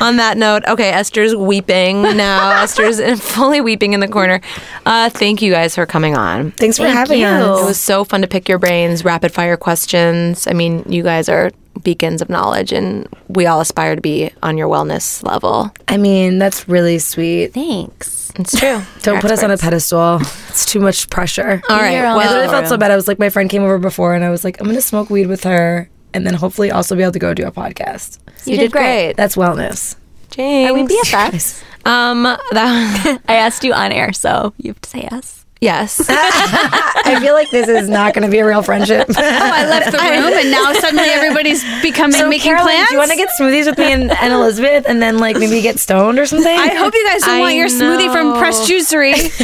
On that note, okay, Esther's weeping now. Esther's fully weeping in the corner. Uh, thank you guys for coming on. Thanks for having you. us. It was so fun to pick your brains, rapid fire questions. I mean, you guys are beacons of knowledge, and we all aspire to be on your wellness level. I mean, that's really sweet. Thanks. It's true. Don't put us on a pedestal. It's too much pressure. All right. You're on I Well, the literally felt so bad. I was like, my friend came over before, and I was like, I'm gonna smoke weed with her, and then hopefully also be able to go do a podcast. you did great. That's wellness. James. Are we BFFs? Um. That. I asked you on air, so you have to say yes. yes. I feel like this is not gonna be a real friendship. I left the room and now suddenly everybody's becoming So, making Caroline, plans. do you want to get smoothies with me and, and Elizabeth, and then like maybe get stoned or something? I hope you guys don't I want your smoothie from know. Press Juicery.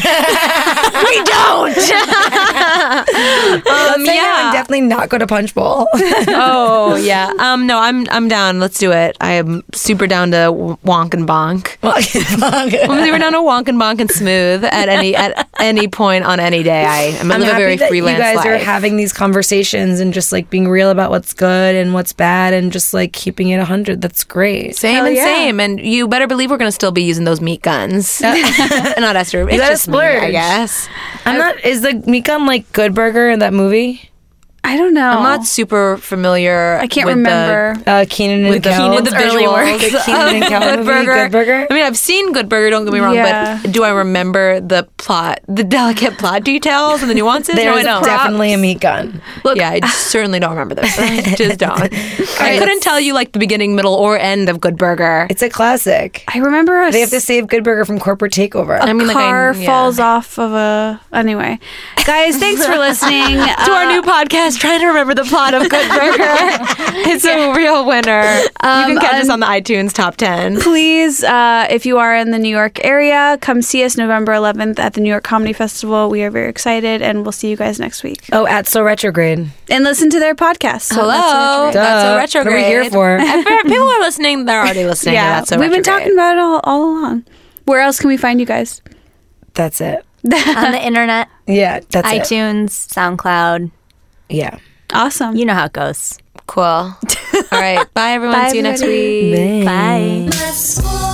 we don't. um, yeah. definitely not go to Punch Bowl. oh yeah. Um. No. I'm. I'm down. Let's do it. I am super down to w- wonk and bonk. I'm They were down to wonk and bonk and smooth at any at any point on any day. I am I live a happy very that you freelance guys are life. having these conversations and just like being real about what's good and what's bad and just like keeping it 100. That's great. Same Hell and yeah. same, and you better believe we're gonna still be using those meat guns. Not Esther. It's gotta just me, I splurge. guess. I'm not. Is the meat gun like Good Burger in that movie? I don't know. I'm not super familiar. I can't with the- remember. Uh, Keenan and with the, Kel. with the early work. visuals The Keenan and of Kel movie, Good Burger. I mean, I've seen Good Burger. Don't get me wrong, Yeah. but do I remember the plot, the delicate plot details and the nuances? no, I There's don't. definitely a meat gun. Look, yeah, I certainly don't remember those. I just don't. I right, couldn't tell you like the beginning, middle, or end of Good Burger. It's a classic. I remember a They have to save Good Burger from corporate takeover. I mean, like, I- car yeah. falls off of a. Anyway, guys, thanks for listening Uh, to our new podcast, trying to remember the plot of Good Burger. it's a real winner. Um, you can catch us on the iTunes top 10. Please, uh, if you are in the New York area, come see us November 11th at the New York Comedy Festival. We are very excited, and we'll see you guys next week. oh, at so retrograde. And listen to their podcast. So Hello, that's that's a a Duh. retrograde. What are we here for? If there- People are listening; they're already listening. retro- Yeah, Yeah, that's a we've been retrograde. talking about it all, all along. Where else can we find you guys? That's it. on the internet, Yeah, that's it. iTunes, SoundCloud. Yeah. Awesome. You know how it goes. Cool. All right, bye everyone. Bye, See you next everybody. week. Bye. Let's go.